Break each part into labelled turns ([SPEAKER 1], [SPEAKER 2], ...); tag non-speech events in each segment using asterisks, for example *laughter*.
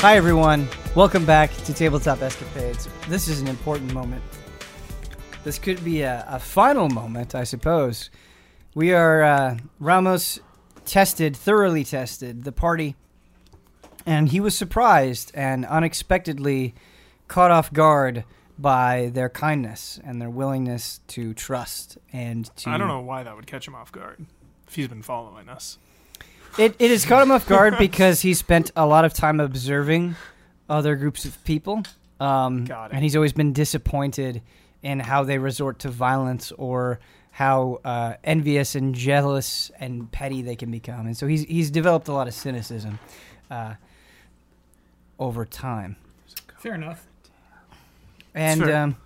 [SPEAKER 1] Hi, everyone. Welcome back to Tabletop Escapades. This is an important moment. This could be a, a final moment, I suppose. We are uh, Ramos tested, thoroughly tested the party, and he was surprised and unexpectedly caught off guard by their kindness and their willingness to trust and to.
[SPEAKER 2] I don't know why that would catch him off guard if he's been following us.
[SPEAKER 1] It, it has caught him off
[SPEAKER 2] *laughs*
[SPEAKER 1] guard because he spent a lot of time observing other groups of people. Um,
[SPEAKER 2] Got it.
[SPEAKER 1] And he's always been disappointed in how they resort to violence or how uh, envious and jealous and petty they can become. And so he's, he's developed a lot of cynicism uh, over time.
[SPEAKER 3] Fair enough.
[SPEAKER 1] And
[SPEAKER 2] Sure.
[SPEAKER 1] um,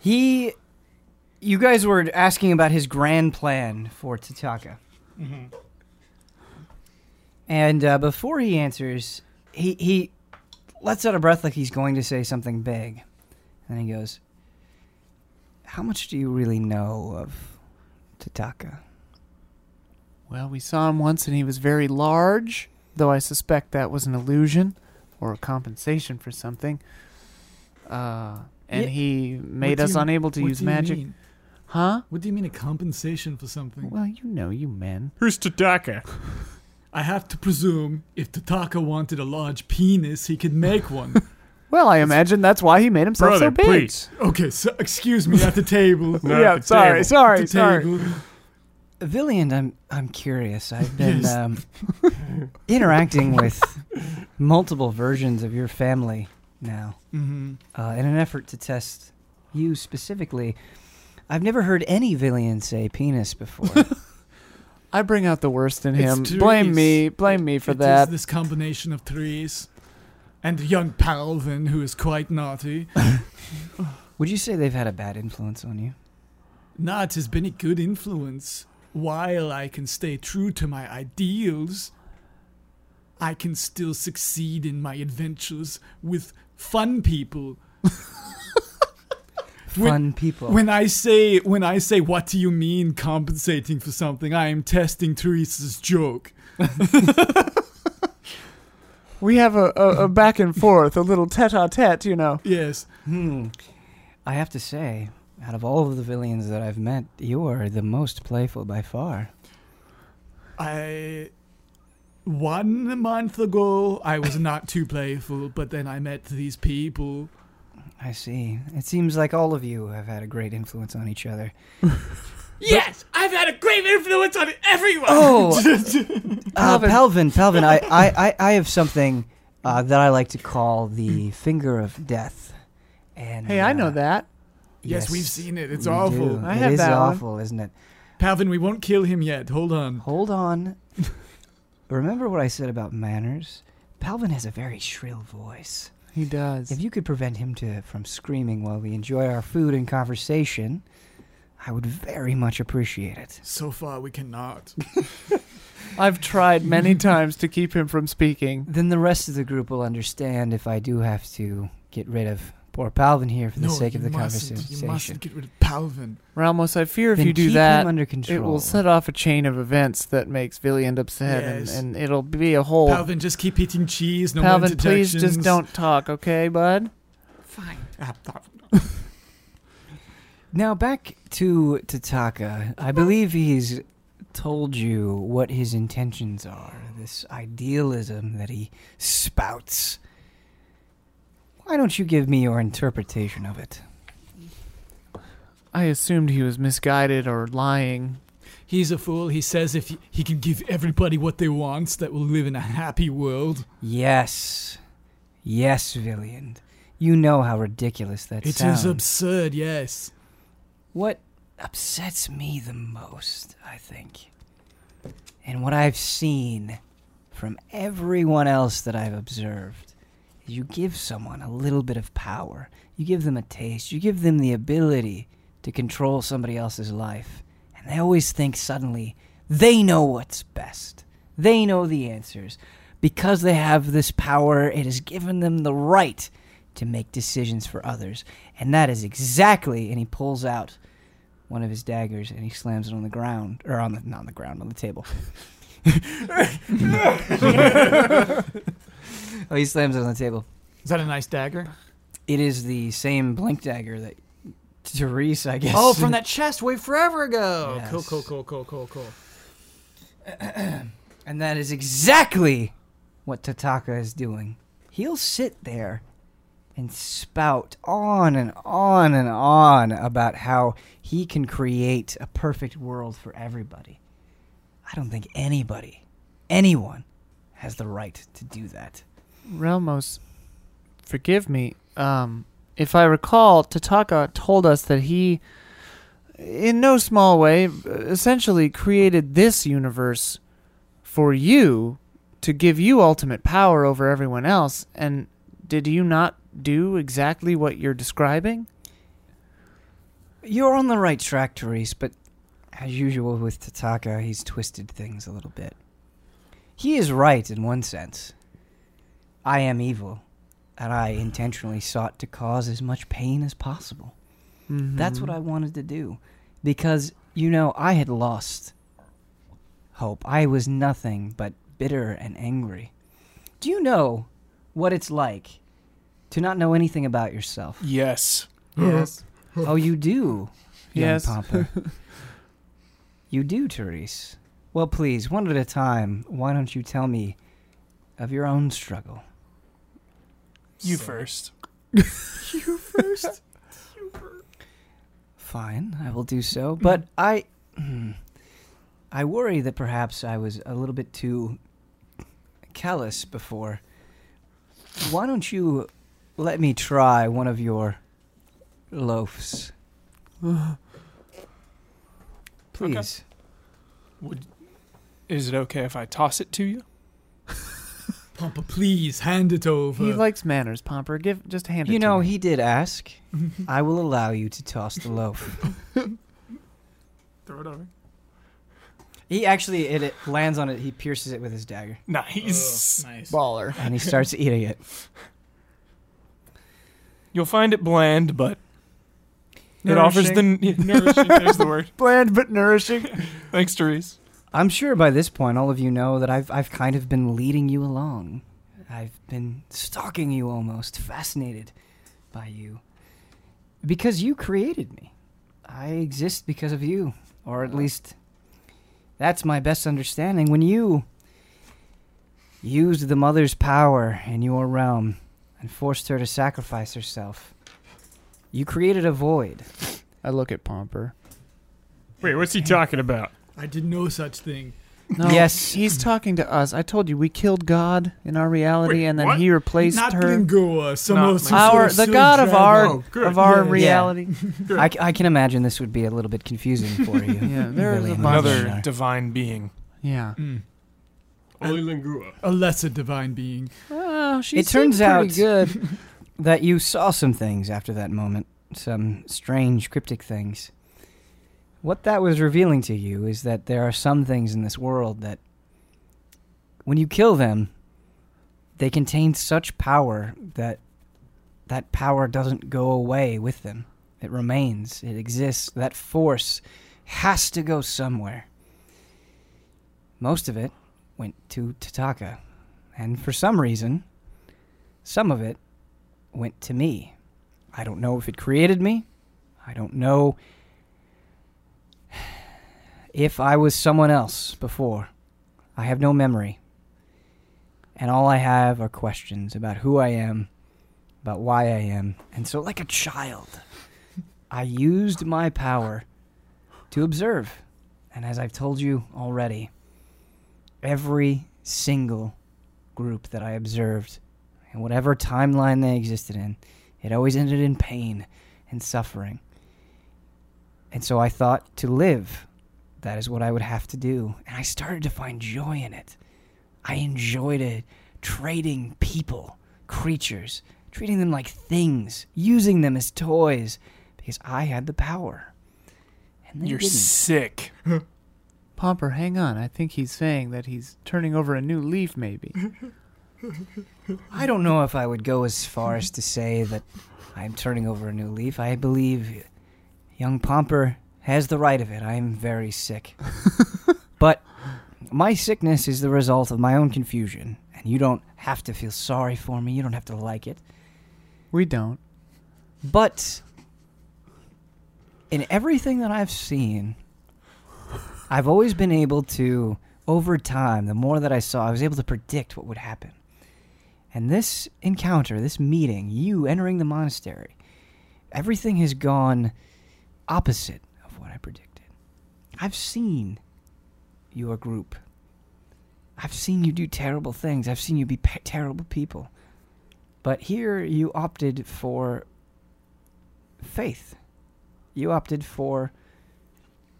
[SPEAKER 1] he, you guys were asking about his grand plan for Tataka.
[SPEAKER 2] Mhm.
[SPEAKER 1] And uh, before he answers, he, he lets out a breath like he's going to say something big. And he goes, How much do you really know of Tataka?
[SPEAKER 4] Well, we saw him once and he was very large, though I suspect that was an illusion or a compensation for something. Uh, and
[SPEAKER 3] Yeah,
[SPEAKER 4] he made
[SPEAKER 3] do
[SPEAKER 4] us
[SPEAKER 3] you-
[SPEAKER 4] unable to
[SPEAKER 3] What
[SPEAKER 4] use
[SPEAKER 3] do you
[SPEAKER 4] magic.
[SPEAKER 3] mean?
[SPEAKER 4] Huh?
[SPEAKER 3] What do you mean a compensation for something?
[SPEAKER 4] Well, you know, you men.
[SPEAKER 5] Who's Tadaka?
[SPEAKER 3] I have to presume if Tataka wanted a large penis, he could
[SPEAKER 4] *laughs*
[SPEAKER 3] make one.
[SPEAKER 4] Well, I imagine that's why he made himself
[SPEAKER 5] Brother,
[SPEAKER 4] so big.
[SPEAKER 5] please.
[SPEAKER 3] okay, so excuse me at
[SPEAKER 5] *laughs*
[SPEAKER 3] the table.
[SPEAKER 5] No,
[SPEAKER 4] yeah,
[SPEAKER 5] the
[SPEAKER 4] sorry,
[SPEAKER 5] table.
[SPEAKER 3] At
[SPEAKER 4] sorry,
[SPEAKER 3] the
[SPEAKER 4] sorry.
[SPEAKER 3] table.
[SPEAKER 1] Villiand, I'm, I'm curious. I've been
[SPEAKER 3] Yes.
[SPEAKER 1] um, interacting with multiple versions of your family now.
[SPEAKER 3] Mhm.
[SPEAKER 1] uh, in an effort to test you specifically. I've never heard any villain say penis
[SPEAKER 3] *laughs*
[SPEAKER 1] before.
[SPEAKER 4] I bring out the worst in him.
[SPEAKER 3] It's
[SPEAKER 4] Blame
[SPEAKER 3] trees.
[SPEAKER 4] me, blame me for
[SPEAKER 3] It is
[SPEAKER 4] that.
[SPEAKER 3] this combination of trees and young Palvin, who is quite naughty.
[SPEAKER 1] Would you say they've had a bad influence on you?
[SPEAKER 3] Nat has been a good influence. While I can stay true to my ideals, I can still succeed in my adventures with fun people. When-
[SPEAKER 1] Fun people.
[SPEAKER 3] When I say when I say what do you mean compensating for something, I am testing Teresa's joke.
[SPEAKER 4] We have a, a, a back
[SPEAKER 3] *laughs*
[SPEAKER 4] and forth, a little tete-a-tete, you know.
[SPEAKER 3] Yes.
[SPEAKER 1] hmm. I have to say, out of all of the villains that I've met, you are the most playful by far.
[SPEAKER 3] I one month ago I was not too playful, but then I met these people.
[SPEAKER 1] I see. It seems like all of you have had a great influence on each
[SPEAKER 4] *laughs*
[SPEAKER 1] other.
[SPEAKER 5] Yes, I've had a great influence on everyone.
[SPEAKER 1] Oh, uh, Pelvin, Pelvin, I, I, I, I have something uh, that I like to call the finger of death. And
[SPEAKER 4] Hey, I know
[SPEAKER 1] uh,
[SPEAKER 4] that.
[SPEAKER 3] Yes, we've seen it. It's
[SPEAKER 1] we
[SPEAKER 3] awful.
[SPEAKER 1] do.
[SPEAKER 4] I
[SPEAKER 1] It
[SPEAKER 4] have
[SPEAKER 1] is
[SPEAKER 4] that one.
[SPEAKER 1] awful, isn't it?
[SPEAKER 3] Palvin, we won't kill him yet. Hold on.
[SPEAKER 1] Hold
[SPEAKER 4] *laughs*
[SPEAKER 1] on. Remember what I said about manners? Palvin has a very shrill voice.
[SPEAKER 4] He does.
[SPEAKER 1] If you could prevent him to, from screaming while we enjoy our food and conversation, I would very much appreciate it.
[SPEAKER 3] So far
[SPEAKER 4] *laughs*
[SPEAKER 3] we cannot.
[SPEAKER 4] I've tried
[SPEAKER 3] *laughs*
[SPEAKER 4] many times to keep him from speaking.
[SPEAKER 1] Then the rest of the group will understand if I do have to get rid of poor Palvin here for the
[SPEAKER 3] no,
[SPEAKER 1] sake of
[SPEAKER 3] you
[SPEAKER 1] the
[SPEAKER 3] mustn't.
[SPEAKER 1] conversation.
[SPEAKER 3] You mustn't get rid of Palvin.
[SPEAKER 4] Ramos, I fear if
[SPEAKER 1] Then
[SPEAKER 4] you do
[SPEAKER 1] keep
[SPEAKER 4] that,
[SPEAKER 1] him under control.
[SPEAKER 4] It will set off a chain of events that makes Villiand upset,
[SPEAKER 3] Yes.
[SPEAKER 4] and, and it'll be a whole.
[SPEAKER 3] Palvin, just keep eating cheese. No more
[SPEAKER 4] Oh. Palvin, please just
[SPEAKER 3] interjections.
[SPEAKER 4] don't talk, okay, bud?
[SPEAKER 5] Fine.
[SPEAKER 3] Ah, ah,
[SPEAKER 1] Now back to Tataka. I believe he's told you what his intentions are. This idealism that he spouts. Why don't you give me your interpretation of it?
[SPEAKER 4] I assumed he was misguided or lying.
[SPEAKER 3] He's a fool. He says if he, he can give everybody what they want, that will live in a happy world.
[SPEAKER 1] Yes, yes, Villiand. You know how ridiculous that
[SPEAKER 3] It is
[SPEAKER 1] sounds.
[SPEAKER 3] absurd, yes.
[SPEAKER 1] what upsets me the most, I think, and what I've seen from everyone else that I've observed, is you give someone a little bit of power. You give them a taste. You give them the ability to control somebody else's life. And they always think suddenly they know what's best, they know the answers. Because they have this power, it has given them the right to make decisions for others. And that is exactly. And he pulls out one of his daggers and he slams it on the ground, or on the
[SPEAKER 3] *laughs*
[SPEAKER 1] not on the ground, on the table. Oh, he slams it on the table.
[SPEAKER 3] Is that a nice dagger?
[SPEAKER 1] It is the same blink dagger that Therese, I guess.
[SPEAKER 3] Oh, from that chest way forever ago. Cool,
[SPEAKER 1] Yes.
[SPEAKER 3] cool, cool, cool, cool, cool.
[SPEAKER 1] And that is exactly what Tataka is doing. He'll sit there and spout on and on and on about how he can create a perfect world for everybody. I don't think anybody, anyone, has the right to do that.
[SPEAKER 4] Relmos, forgive me. Um, if I recall, Tataka told us that he, in no small way, essentially created this universe for you to give you ultimate power over everyone else. And did you not do exactly what you're describing?
[SPEAKER 1] You're on the right track, Therese, but as usual with Tataka, he's twisted things a little bit. He is right in one sense. I am evil, and I intentionally sought to cause as much pain as possible.
[SPEAKER 4] Mm-hmm.
[SPEAKER 1] That's what I wanted to do. Because, you know, I had lost hope. I was nothing but bitter and angry. Do you know what it's like to not know anything about yourself?
[SPEAKER 2] Yes.
[SPEAKER 4] Yes.
[SPEAKER 1] Oh, you do. Young *laughs*
[SPEAKER 4] Yes.
[SPEAKER 1] Papa. you do, Therese. Well, please, one at a time. Why don't you tell me of your own struggle?
[SPEAKER 2] You first.
[SPEAKER 1] Fine, I will do so. But I, hmm, I worry that perhaps I was a little bit too callous before. Why don't you let me try one of your *sighs* loaves? Please.
[SPEAKER 2] Would is it okay if I toss it to you?
[SPEAKER 3] Pompa, Uh, please hand it over.
[SPEAKER 4] He likes manners, Pomper. Give just hand it.
[SPEAKER 1] You
[SPEAKER 4] to
[SPEAKER 1] know,
[SPEAKER 4] me.
[SPEAKER 1] he did ask. I will allow you to toss the loaf.
[SPEAKER 2] Throw it over.
[SPEAKER 1] He actually, it, it lands on it. He pierces it with his dagger,
[SPEAKER 2] Nice.
[SPEAKER 3] nice.
[SPEAKER 4] baller.
[SPEAKER 1] and he starts eating it.
[SPEAKER 2] You'll find it bland, but it
[SPEAKER 4] Nourishing.
[SPEAKER 2] offers the *laughs* nourishing. There's the word.
[SPEAKER 4] Bland but nourishing.
[SPEAKER 2] Thanks, Therese.
[SPEAKER 1] I'm sure by this point, all of you know that I've I've kind of been leading you along. I've been stalking you almost, fascinated by you, because you created me. I exist because of you, or at least that's my best understanding. When you used the mother's power in your realm and forced her to sacrifice herself, you created a void.
[SPEAKER 4] I look at Pomper.
[SPEAKER 6] Wait, what's he talking about?
[SPEAKER 3] I did no such thing.
[SPEAKER 4] No,
[SPEAKER 1] Yes.
[SPEAKER 4] he's talking to us. I told you we killed God in our reality,
[SPEAKER 6] Wait,
[SPEAKER 4] and then
[SPEAKER 6] what?
[SPEAKER 4] he replaced
[SPEAKER 3] Not
[SPEAKER 4] her.
[SPEAKER 3] Lingua, some
[SPEAKER 2] Not
[SPEAKER 3] of some sort
[SPEAKER 4] Our
[SPEAKER 3] of
[SPEAKER 4] the
[SPEAKER 3] silly
[SPEAKER 4] God of
[SPEAKER 3] dragon.
[SPEAKER 4] our
[SPEAKER 6] Oh, good.
[SPEAKER 4] of our
[SPEAKER 3] Yeah.
[SPEAKER 4] reality.
[SPEAKER 1] I, c- I can imagine this would be a little bit confusing for you.
[SPEAKER 4] *laughs* Yeah, there is a
[SPEAKER 1] Liliana.
[SPEAKER 4] bunch.
[SPEAKER 2] Another
[SPEAKER 1] Another.
[SPEAKER 2] divine being.
[SPEAKER 4] Yeah.
[SPEAKER 3] Mm.
[SPEAKER 6] Only Lingua.
[SPEAKER 3] A lesser divine being.
[SPEAKER 4] Oh, she
[SPEAKER 1] It turns
[SPEAKER 4] seemed pretty
[SPEAKER 1] out-
[SPEAKER 4] good.
[SPEAKER 1] that you saw some things after that moment, some strange cryptic things. What that was revealing to you is that there are some things in this world that, when you kill them, they contain such power that that power doesn't go away with them. It remains, it exists. That force has to go somewhere. Most of it went to Tataka, and for some reason, some of it went to me. I don't know if it created me. I don't know if I was someone else before. I have no memory. And all I have are questions about who I am, about why I am. And so, like a child, I used my power to observe. And as I've told you already, every single group that I observed and whatever timeline they existed in, it always ended in pain and suffering. And so I thought to live, that is what I would have to do. And I started to find joy in it. I enjoyed it, trading people, creatures, treating them like things, using them as toys, because I had the power. And they
[SPEAKER 2] You're
[SPEAKER 1] didn't.
[SPEAKER 2] sick.
[SPEAKER 4] Pomper, hang on. I think he's saying that he's turning over a new leaf. Maybe.
[SPEAKER 6] Mm-hmm.
[SPEAKER 1] I don't know if I would go as far as to say that I'm turning over a new leaf. I believe young Pomper has the right of it. I am very sick. but my sickness is the result of my own confusion, and you don't have to feel sorry for me. You don't have to like it.
[SPEAKER 4] We don't.
[SPEAKER 1] But in everything that I've seen, I've always been able to, over time, the more that I saw, I was able to predict what would happen. And this encounter, this meeting, you entering the monastery, everything has gone opposite of what I predicted. I've seen your group. I've seen you do terrible things. I've seen you be pe- terrible people. But here you opted for faith. You opted for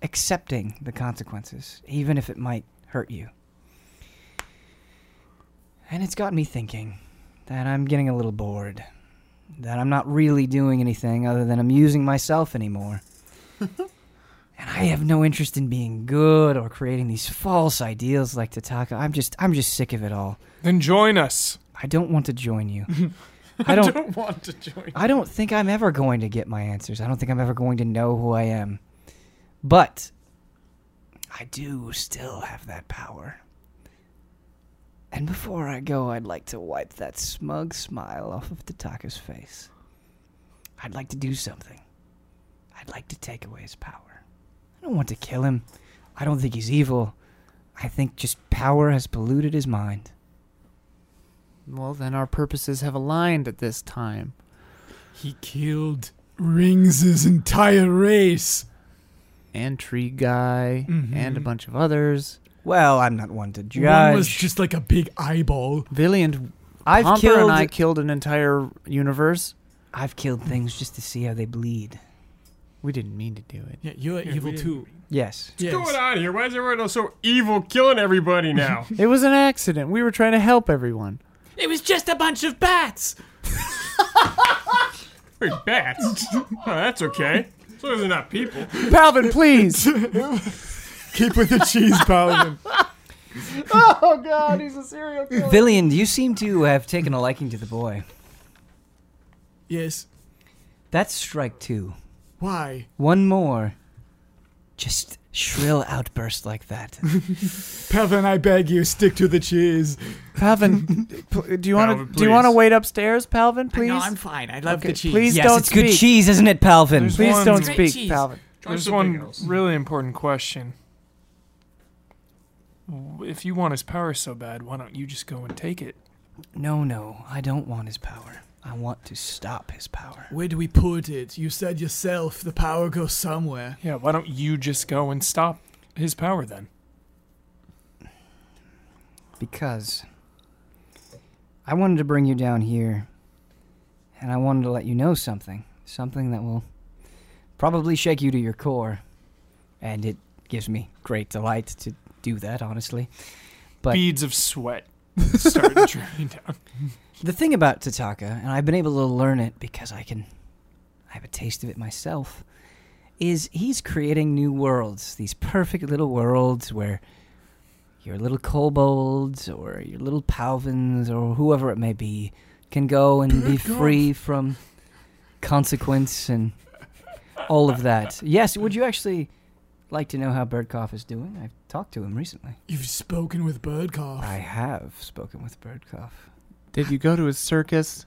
[SPEAKER 1] accepting the consequences, even if it might hurt you. And it's got me thinking that I'm getting a little bored, that I'm not really doing anything other than amusing myself anymore. and I have no interest in being good or creating these false ideals like Tataka. I'm just I'm just sick of it all.
[SPEAKER 2] Then join us.
[SPEAKER 1] I don't want to join you. I don't
[SPEAKER 6] want to join.
[SPEAKER 1] I don't think I'm ever going to get my answers. I don't think I'm ever going to know who I am. But I do still have that power. And before I go, I'd like to wipe that smug smile off of Tataka's face. I'd like to do something. I'd like to take away his power. I don't want to kill him. I don't think he's evil. I think just power has polluted his mind.
[SPEAKER 4] Well, then our purposes have aligned at this time.
[SPEAKER 3] He killed Rings' entire race.
[SPEAKER 4] And Tree Guy
[SPEAKER 6] Mm-hmm.
[SPEAKER 4] and a
[SPEAKER 3] Mhm.
[SPEAKER 4] bunch of others.
[SPEAKER 1] Well, I'm not one to
[SPEAKER 3] One was
[SPEAKER 1] judge.
[SPEAKER 3] just like a big eyeball.
[SPEAKER 4] Villian
[SPEAKER 1] I've
[SPEAKER 4] Pomper
[SPEAKER 1] killed
[SPEAKER 4] and I killed an entire universe.
[SPEAKER 1] I've killed things just to see how they bleed.
[SPEAKER 4] We didn't mean to do it.
[SPEAKER 3] Yeah, you're
[SPEAKER 6] Yeah,
[SPEAKER 3] evil
[SPEAKER 6] we-
[SPEAKER 3] too.
[SPEAKER 1] Yes.
[SPEAKER 6] What's
[SPEAKER 3] Yes.
[SPEAKER 6] going on here? Why is everyone else so evil, killing everybody now?
[SPEAKER 4] It was an accident. We were trying to help everyone.
[SPEAKER 5] It was just a bunch of bats.
[SPEAKER 6] Wait, bats? Oh, that's okay. As long as they're not people.
[SPEAKER 4] Palvin, please.
[SPEAKER 7] Keep with the
[SPEAKER 3] *laughs*
[SPEAKER 7] cheese, Paladin.
[SPEAKER 4] *laughs* oh God, he's a serial killer.
[SPEAKER 1] Villian, you seem to have taken a liking to the boy.
[SPEAKER 3] Yes.
[SPEAKER 1] That's strike two.
[SPEAKER 3] Why?
[SPEAKER 1] One more. Just shrill outburst like *laughs* that.
[SPEAKER 7] Paladin, I beg you, stick to the cheese.
[SPEAKER 4] Palvin, pl- do you want
[SPEAKER 6] Palvin,
[SPEAKER 4] to do you want to
[SPEAKER 6] please.
[SPEAKER 4] wait upstairs, Palvin? Please.
[SPEAKER 5] No, I'm fine. I love
[SPEAKER 4] Okay,
[SPEAKER 5] the cheese.
[SPEAKER 4] please.
[SPEAKER 1] yes,
[SPEAKER 4] don't
[SPEAKER 1] it's good
[SPEAKER 4] speak.
[SPEAKER 1] cheese, isn't it, Palvin?
[SPEAKER 2] There's
[SPEAKER 4] Please
[SPEAKER 2] one-
[SPEAKER 4] don't
[SPEAKER 5] Great
[SPEAKER 4] speak,
[SPEAKER 5] cheese.
[SPEAKER 4] Palvin.
[SPEAKER 2] There's
[SPEAKER 6] something
[SPEAKER 2] one
[SPEAKER 6] else.
[SPEAKER 2] really important question. W- If you want his power so bad, why don't you just go and take it?
[SPEAKER 1] No, no, I don't want his power. I want to stop his power.
[SPEAKER 3] Where do we put it? You said yourself the power goes somewhere.
[SPEAKER 2] Yeah, why don't you just go and stop his power then?
[SPEAKER 1] Because I wanted to bring you down here, and I wanted to let you know something. Something that will probably shake you to your core. And it gives me great delight to do that, honestly. But-
[SPEAKER 2] Beads of sweat start dripping down. *laughs*
[SPEAKER 1] The thing about Tataka, and I've been able to learn it because I can I have a taste of it myself, is he's creating new worlds, these perfect little worlds where your little kobolds or your little palvins or whoever it may be can go and be free from consequence and all of that. Yes, would you actually like to know how Birdcough is doing? I've talked to him recently.
[SPEAKER 3] You've spoken with Birdcough.
[SPEAKER 1] I have spoken with Birdcough.
[SPEAKER 4] Did you go to his circus?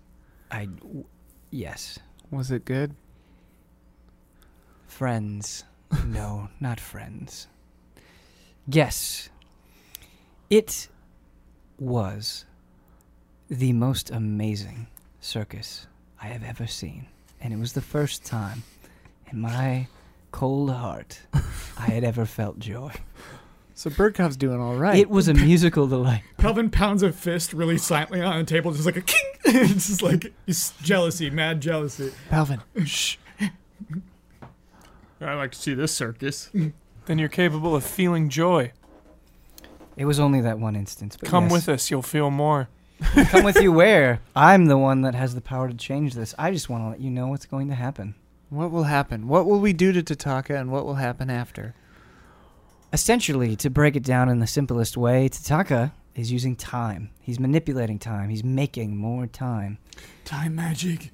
[SPEAKER 1] I w- yes.
[SPEAKER 4] Was it good?
[SPEAKER 1] Friends. No, not friends. Yes. It was the most amazing circus I have ever seen. And it was the first time in my cold heart I had ever felt
[SPEAKER 2] *laughs*
[SPEAKER 1] joy.
[SPEAKER 4] So Birdcough's doing all right.
[SPEAKER 1] It was a musical delight.
[SPEAKER 7] Paladin pounds a fist really silently on the table, just like a king. *laughs* it's just like it's jealousy, mad jealousy.
[SPEAKER 4] Palvin,
[SPEAKER 6] I like to see this circus.
[SPEAKER 2] Then you're capable of feeling joy.
[SPEAKER 1] It was only that one instance. But
[SPEAKER 2] Come
[SPEAKER 1] yes. *laughs*
[SPEAKER 2] with us, you'll feel more.
[SPEAKER 1] Come with you where? I'm the one that has the power to change this. I just want to let you know what's going to happen.
[SPEAKER 4] what will happen? What will we do to Tataka, and what will happen after?
[SPEAKER 1] Essentially, to break it down in the simplest way, Tataka is using time. He's manipulating time. He's making more time.
[SPEAKER 3] Time magic.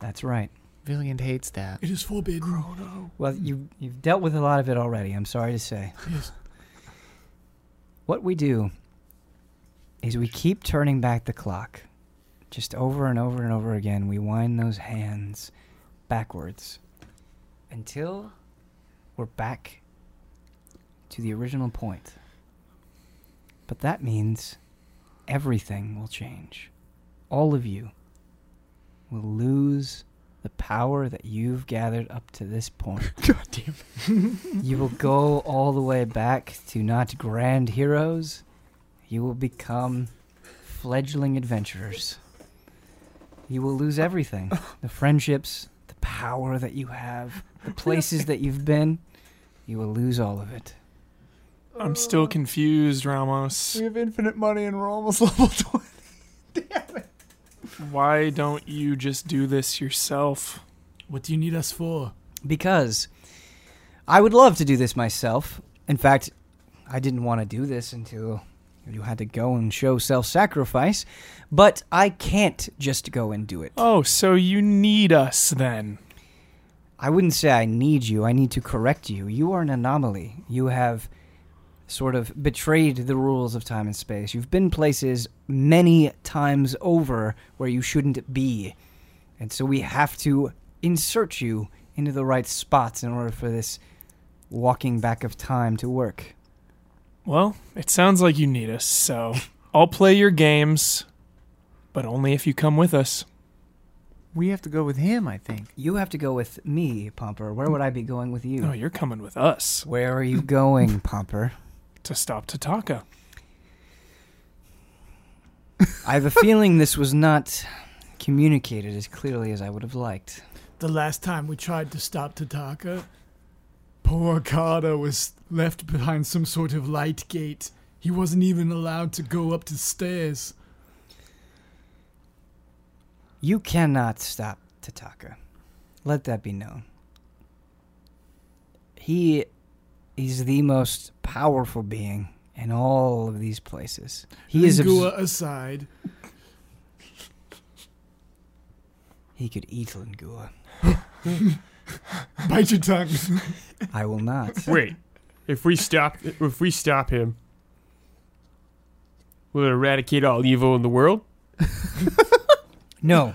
[SPEAKER 1] That's right.
[SPEAKER 4] Villian hates that.
[SPEAKER 3] It is forbidden.
[SPEAKER 1] Well, you you've dealt with a lot of it already. I'm sorry to say.
[SPEAKER 3] Yes.
[SPEAKER 1] What we do is we keep turning back the clock, just over and over and over again. We wind those hands backwards until we're back to the original point. But that means everything will change. All of you will lose the power that you've gathered up to this point. God damn. you will go all the way back to not grand heroes. You will become fledgling adventurers. You will lose everything the friendships, the power that you have, the places that you've been. You will lose all of it.
[SPEAKER 2] I'm
[SPEAKER 6] Uh.
[SPEAKER 2] still confused, Ramos.
[SPEAKER 4] We have infinite money and we're almost *laughs* level 20.
[SPEAKER 2] Why don't you just do this yourself?
[SPEAKER 3] What do you need us for?
[SPEAKER 1] because I would love to do this myself. In fact, I didn't want to do this until you had to go and show self sacrifice, but I can't just go and do it.
[SPEAKER 2] Oh, so you need us then.
[SPEAKER 1] I wouldn't say I need you, I need to correct you. You are an anomaly. You have sort of betrayed the rules of time and space. You've been places many times over where you shouldn't be. And so we have to insert you into the right spots in order for this walking back of time to work.
[SPEAKER 2] Well, it sounds like you need us, so I'll play your games, but only if you come with us.
[SPEAKER 4] We have to go with him, I think.
[SPEAKER 1] You have to go with me, Pomper. Where would I be going with you?
[SPEAKER 2] No, you're coming with us
[SPEAKER 1] Where are you going, Pomper?
[SPEAKER 2] to stop Tataka.
[SPEAKER 1] I have a feeling this was not communicated as clearly as I would have liked.
[SPEAKER 3] The last time we tried to stop Tataka, poor Carter was left behind some sort of light gate. He wasn't even allowed to go up the stairs.
[SPEAKER 1] You cannot stop Tataka. Let that be known. He is the most powerful being in all of these places. He is. Abs-
[SPEAKER 3] Lingua aside.
[SPEAKER 1] he could eat Lingua.
[SPEAKER 7] Bite your tongue.
[SPEAKER 1] I will not.
[SPEAKER 6] Wait, if we stop, if we stop him, will it eradicate all evil in the world?
[SPEAKER 1] No.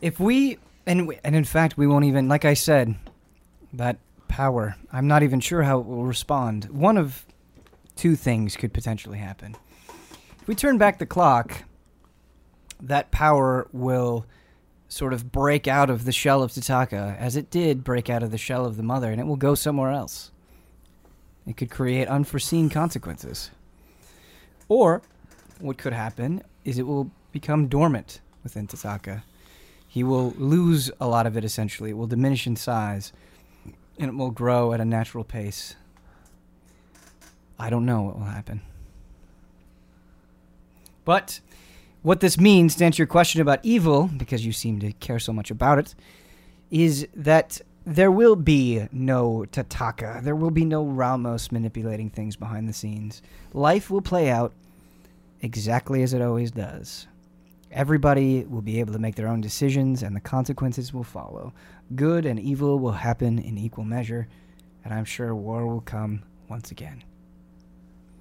[SPEAKER 1] if we and we, and in fact we won't even like I said that power. I'm not even sure how it will respond. One of two things could potentially happen. If we turn back the clock, that power will sort of break out of the shell of Tataka as it did break out of the shell of the mother and it will go somewhere else. It could create unforeseen consequences. Or what could happen is it will become dormant within Tataka. He will lose a lot of it essentially. It will diminish in size and it will grow at a natural pace. I don't know what will happen. But what this means, to answer your question about evil, because you seem to care so much about it, is that there will be no Tataka. There will be no Ramos manipulating things behind the scenes. Life will play out exactly as it always does. Everybody will be able to make their own decisions, and the consequences will follow. Good and evil will happen in equal measure, and I'm sure war will come once again.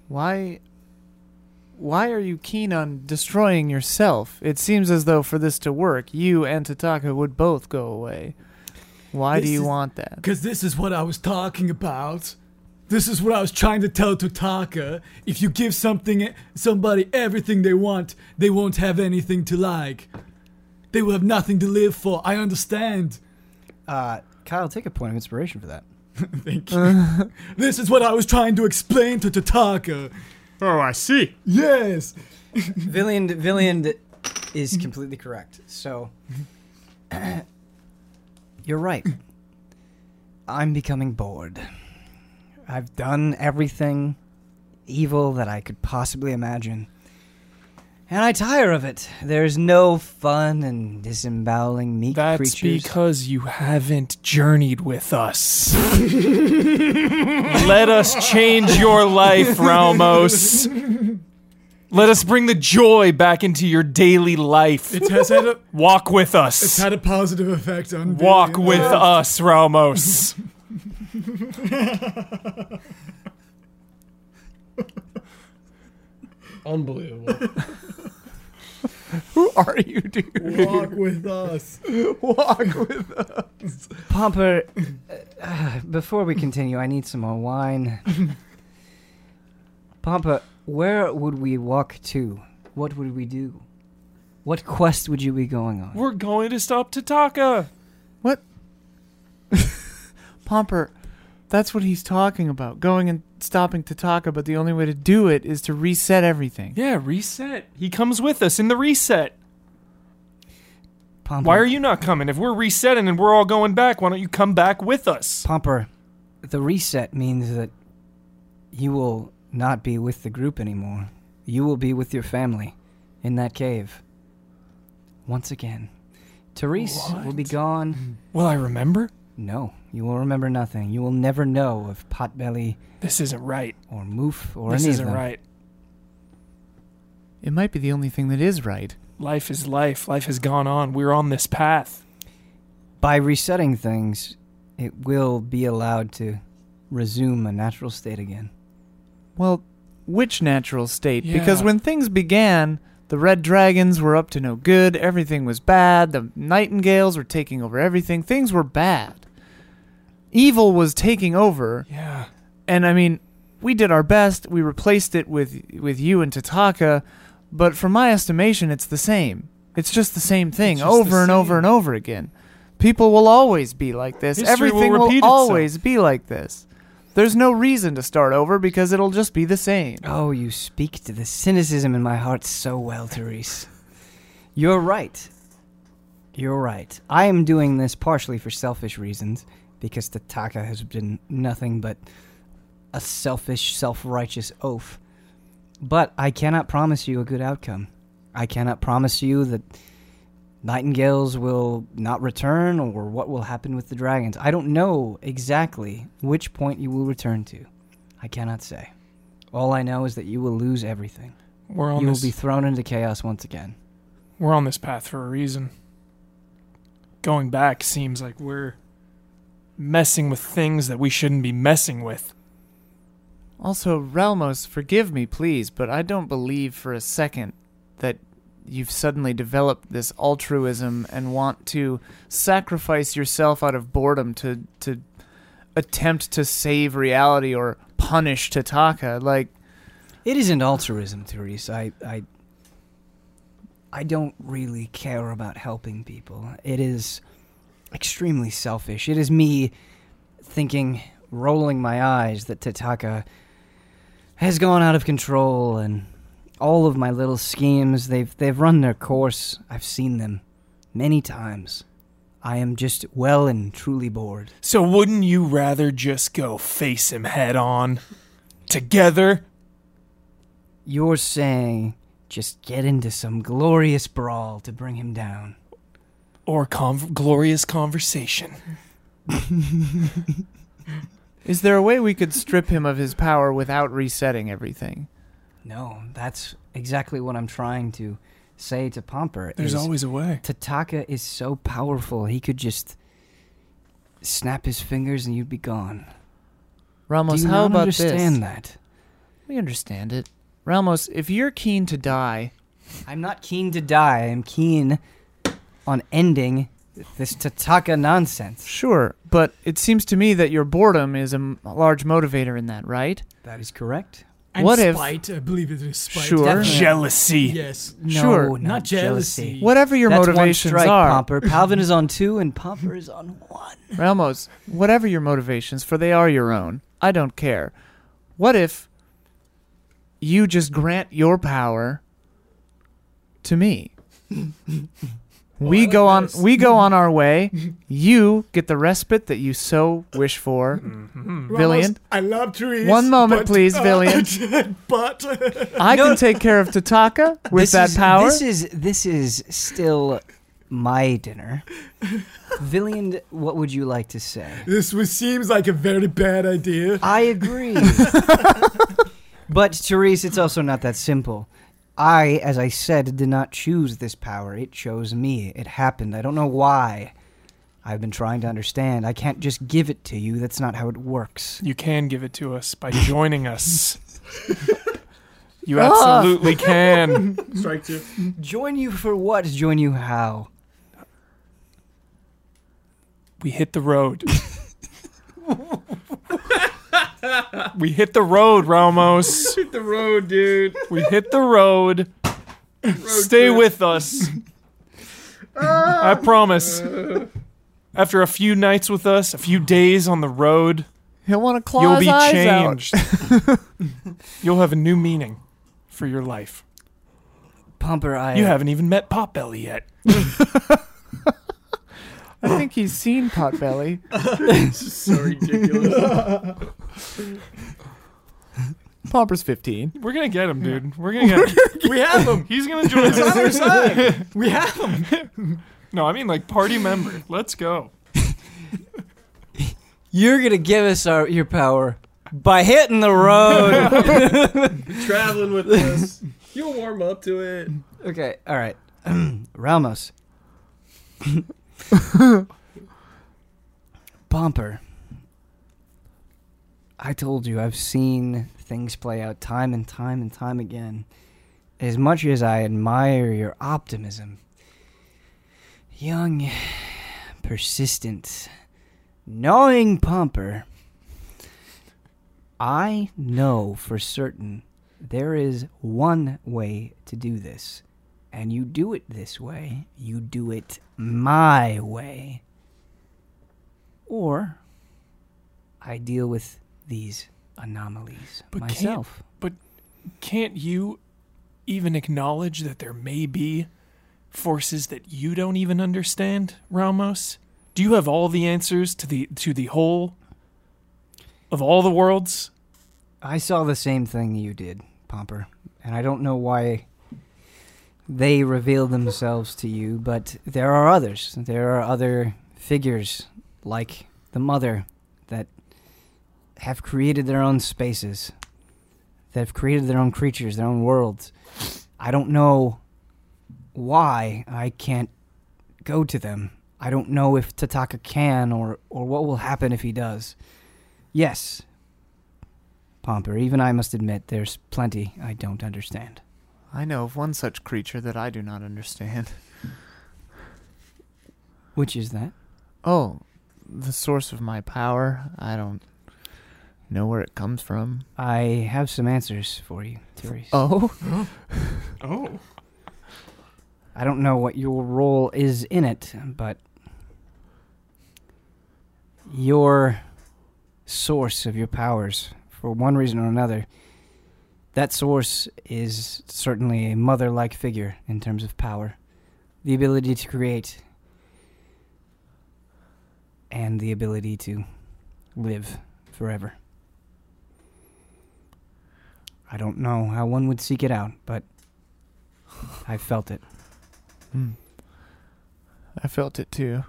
[SPEAKER 4] Why why are you keen on destroying yourself? It seems as though for this to work, you and Tataka would both go away. Why do
[SPEAKER 3] This
[SPEAKER 4] you
[SPEAKER 3] is-
[SPEAKER 4] want that?
[SPEAKER 3] Because this is what I was talking about. This is what I was trying to tell Totaka. If you give something, somebody everything they want, they won't have anything to like. They will have nothing to live for. I
[SPEAKER 7] *laughs*
[SPEAKER 3] understand.
[SPEAKER 1] Uh, Kyle, take a point of inspiration for that.
[SPEAKER 3] Thank you. *laughs* this is what I was trying to explain to Totaka.
[SPEAKER 6] Oh, I see.
[SPEAKER 3] Yes.
[SPEAKER 1] Villiand, Villiand is completely correct. So, *clears throat* you're right. I'm becoming bored. I've done everything evil that I could possibly imagine. And I tire of it. There's no fun in disemboweling meek
[SPEAKER 2] That's
[SPEAKER 1] creatures.
[SPEAKER 2] because you haven't journeyed with us. *laughs* Let us change your life, Ramos. Let us bring the joy back into your daily life.
[SPEAKER 7] It has had a,
[SPEAKER 2] Walk with
[SPEAKER 7] it's
[SPEAKER 3] *laughs*
[SPEAKER 2] us.
[SPEAKER 7] had a positive effect on.
[SPEAKER 2] Walk
[SPEAKER 7] Vivian.
[SPEAKER 2] with us, Ramos.
[SPEAKER 6] Unbelievable.
[SPEAKER 4] Who are you, dude?
[SPEAKER 7] Walk with
[SPEAKER 3] *laughs*
[SPEAKER 7] us.
[SPEAKER 4] Walk with
[SPEAKER 1] Pomper, uh, uh, *sighs* before we continue, I need some more wine.
[SPEAKER 2] *laughs*
[SPEAKER 1] Pomper, where would we walk to? What would we do? What quest would you be going on?
[SPEAKER 2] We're going to stop Tataka.
[SPEAKER 4] Pomper. That's what he's talking about. Going and stopping Tataka, but the only way to do it is to reset everything.
[SPEAKER 2] Yeah, reset. He comes with us in the reset.
[SPEAKER 1] Pomper,
[SPEAKER 2] Why are you not coming? If we're resetting and we're all going back, why don't you come back with us?
[SPEAKER 1] Pomper, the reset means that you will not be with the group anymore. You will be with your family in that cave. Once again. Therese will be gone.
[SPEAKER 2] Will I remember?
[SPEAKER 1] No, you will remember nothing. You will never know of Potbelly
[SPEAKER 2] This isn't right.
[SPEAKER 1] or Moof or
[SPEAKER 2] This
[SPEAKER 1] any of
[SPEAKER 2] isn't
[SPEAKER 1] them.
[SPEAKER 2] right.
[SPEAKER 4] It might be the only thing that is right.
[SPEAKER 2] Life is life. Life has gone on. We're on this path.
[SPEAKER 1] By resetting things, it will be allowed to resume a natural state again.
[SPEAKER 4] Well, which natural state? Because
[SPEAKER 2] Yeah.
[SPEAKER 4] when things began, the red dragons were up to no good, everything was bad, the nightingales were taking over everything, things were bad. Evil was taking over,
[SPEAKER 2] Yeah.
[SPEAKER 4] and I mean, we did our best, we replaced it with with you and Tataka, but from my estimation it's the same. It's just the same thing
[SPEAKER 2] just
[SPEAKER 4] over
[SPEAKER 2] the
[SPEAKER 4] and over
[SPEAKER 2] same.
[SPEAKER 4] and over again. People will always be like this.
[SPEAKER 2] History will
[SPEAKER 4] everything will,
[SPEAKER 2] repeat itself.
[SPEAKER 4] always be like this. There's no reason to start over because it'll just be the same.
[SPEAKER 1] Oh, you speak to the cynicism in my heart so well, Therese. You're right. You're right. I am doing this partially for selfish reasons, because Tataka has been nothing but a selfish, self righteous oaf. But I cannot promise you a good outcome. I cannot promise you that nightingales will not return or what will happen with the dragons. I don't know exactly which point you will return to. I cannot say. All I know is that you will lose everything.
[SPEAKER 2] We're on
[SPEAKER 1] you will
[SPEAKER 2] this
[SPEAKER 1] be thrown into chaos once again.
[SPEAKER 2] we're on this path for a reason. Going back seems like we're messing with things that we shouldn't be messing with.
[SPEAKER 4] Also, Ralmos, forgive me, please, but I don't believe for a second that you've suddenly developed this altruism and want to sacrifice yourself out of boredom to to attempt to save reality or punish Tataka. Like,
[SPEAKER 1] It isn't altruism, Therese. I, I, I don't really care about helping people. It is extremely selfish. It is me thinking, rolling my eyes, that Tataka has gone out of control, and all of my little schemes they've they've run their course. I've seen them many times. I am just well and truly bored.
[SPEAKER 2] So wouldn't you rather just go face him head on together?
[SPEAKER 1] You're saying just get into some glorious brawl to bring him down.
[SPEAKER 2] Or conv- glorious conversation.
[SPEAKER 4] is there a way we could strip him of his power without resetting everything?
[SPEAKER 1] No, that's exactly what I'm trying to say to Pomper.
[SPEAKER 2] There's
[SPEAKER 1] is
[SPEAKER 2] always a way.
[SPEAKER 1] Tataka is so powerful, he could just snap his fingers and you'd be gone.
[SPEAKER 4] Ramos,
[SPEAKER 1] Do you
[SPEAKER 4] how
[SPEAKER 1] not
[SPEAKER 4] about
[SPEAKER 1] understand
[SPEAKER 4] this?
[SPEAKER 1] that?
[SPEAKER 4] We understand it. Ramos, if you're keen to die,
[SPEAKER 1] I'm not keen to die. I'm keen on ending this Tataka nonsense.
[SPEAKER 4] Sure, but it seems to me that your boredom is a m- large motivator in that, right?
[SPEAKER 1] That is correct.
[SPEAKER 7] And
[SPEAKER 4] What if-
[SPEAKER 7] spite, I believe it is spite.
[SPEAKER 4] Sure.
[SPEAKER 1] Definitely.
[SPEAKER 2] Jealousy.
[SPEAKER 7] Yes.
[SPEAKER 3] Hmm.
[SPEAKER 1] No,
[SPEAKER 4] Sure,
[SPEAKER 1] not,
[SPEAKER 7] not jealousy.
[SPEAKER 4] Whatever your
[SPEAKER 1] That's
[SPEAKER 4] motivations
[SPEAKER 1] one strike,
[SPEAKER 4] are,
[SPEAKER 1] Pomper. Palvin is on two and Pomper is on one.
[SPEAKER 4] *laughs* Ramos, whatever your motivations, for they are your own. I don't care. What if you just grant your power
[SPEAKER 1] *laughs*
[SPEAKER 4] to me? we go on we go on our way. You get the respite that you so wish for.
[SPEAKER 1] Mm-hmm.
[SPEAKER 4] Villian.
[SPEAKER 7] Ramos, I love trees.
[SPEAKER 4] One moment,
[SPEAKER 7] but,
[SPEAKER 4] please,
[SPEAKER 7] uh,
[SPEAKER 1] *laughs*
[SPEAKER 4] Villian.
[SPEAKER 7] but
[SPEAKER 4] I can take care of Tataka with
[SPEAKER 1] This
[SPEAKER 4] that
[SPEAKER 1] is-
[SPEAKER 4] power.
[SPEAKER 1] This is this is still my dinner. Villian, what would you like to say?
[SPEAKER 7] this was, seems like a very bad idea.
[SPEAKER 1] I agree. but Therese, it's also not that simple. I, as I said, did not choose this power. It chose me. It happened. I don't know why. I've been trying to understand. I can't just give it to you. That's not how it works.
[SPEAKER 2] You can give it to us by joining us. You absolutely can.
[SPEAKER 6] Strike two.
[SPEAKER 1] Join you for what? Join you how?
[SPEAKER 2] We hit the road. we hit the road, Ramos.
[SPEAKER 6] Hit the road, dude.
[SPEAKER 2] We hit the road. Stay
[SPEAKER 6] trip.
[SPEAKER 2] with us. I promise. After a few nights with us, a few days on the road,
[SPEAKER 4] He'll want to claw
[SPEAKER 2] you'll
[SPEAKER 4] his
[SPEAKER 2] be
[SPEAKER 4] eyes
[SPEAKER 2] changed. *laughs* you'll have a new meaning for your life.
[SPEAKER 1] Pumper, I.
[SPEAKER 2] You haven't even met Potbelly yet.
[SPEAKER 4] out. I think he's
[SPEAKER 1] *laughs*
[SPEAKER 4] seen Potbelly.
[SPEAKER 6] So ridiculous.
[SPEAKER 4] Pomper's 15.
[SPEAKER 2] We're gonna get him, dude. *laughs* We're gonna get him.
[SPEAKER 7] We have him.
[SPEAKER 2] He's gonna *laughs* join us.
[SPEAKER 7] On our side. We have him.
[SPEAKER 2] No, I mean like party member. Let's go.
[SPEAKER 1] You're gonna give us our your power by hitting the road.
[SPEAKER 6] Traveling with us. You'll warm up to it.
[SPEAKER 1] okay, all right. *clears throat* Ramos. Bumper. I told you I've seen things play out time and time and time again. As much as I admire your optimism, young, persistent, knowing Pumper, I know for certain there is one way to do this, and you do it this way. You do it my way. Or I deal with these anomalies
[SPEAKER 2] But can't-
[SPEAKER 1] myself.
[SPEAKER 2] Can't you even acknowledge that there may be forces that you don't even understand, Ramos? Do you have all the answers to the to the whole of all the worlds?
[SPEAKER 1] I saw the same thing you did, Pomper, and I don't know why they revealed themselves to you, but there are others. There are other figures like the mother that have created their own spaces, that have created their own creatures, their own worlds. I don't know why I can't go to them. I don't know if Tataka can or, or what will happen if he does. Yes, Pomper, even I must admit there's plenty I don't understand.
[SPEAKER 4] I know of one such creature that I do not understand. *laughs*
[SPEAKER 1] Which is that?
[SPEAKER 4] Oh, the source of my power. I don't know where it comes
[SPEAKER 2] *laughs*
[SPEAKER 4] from.
[SPEAKER 1] I have some answers for you, Therese.
[SPEAKER 4] Oh?
[SPEAKER 6] Oh.
[SPEAKER 1] I don't know what your role is in it, but your source of your powers, for one reason or another, that source is certainly a mother like figure in terms of power. The ability to create and the ability to live forever. I don't know how one would seek it out, but I felt it.
[SPEAKER 2] Hmm.
[SPEAKER 4] I felt it too.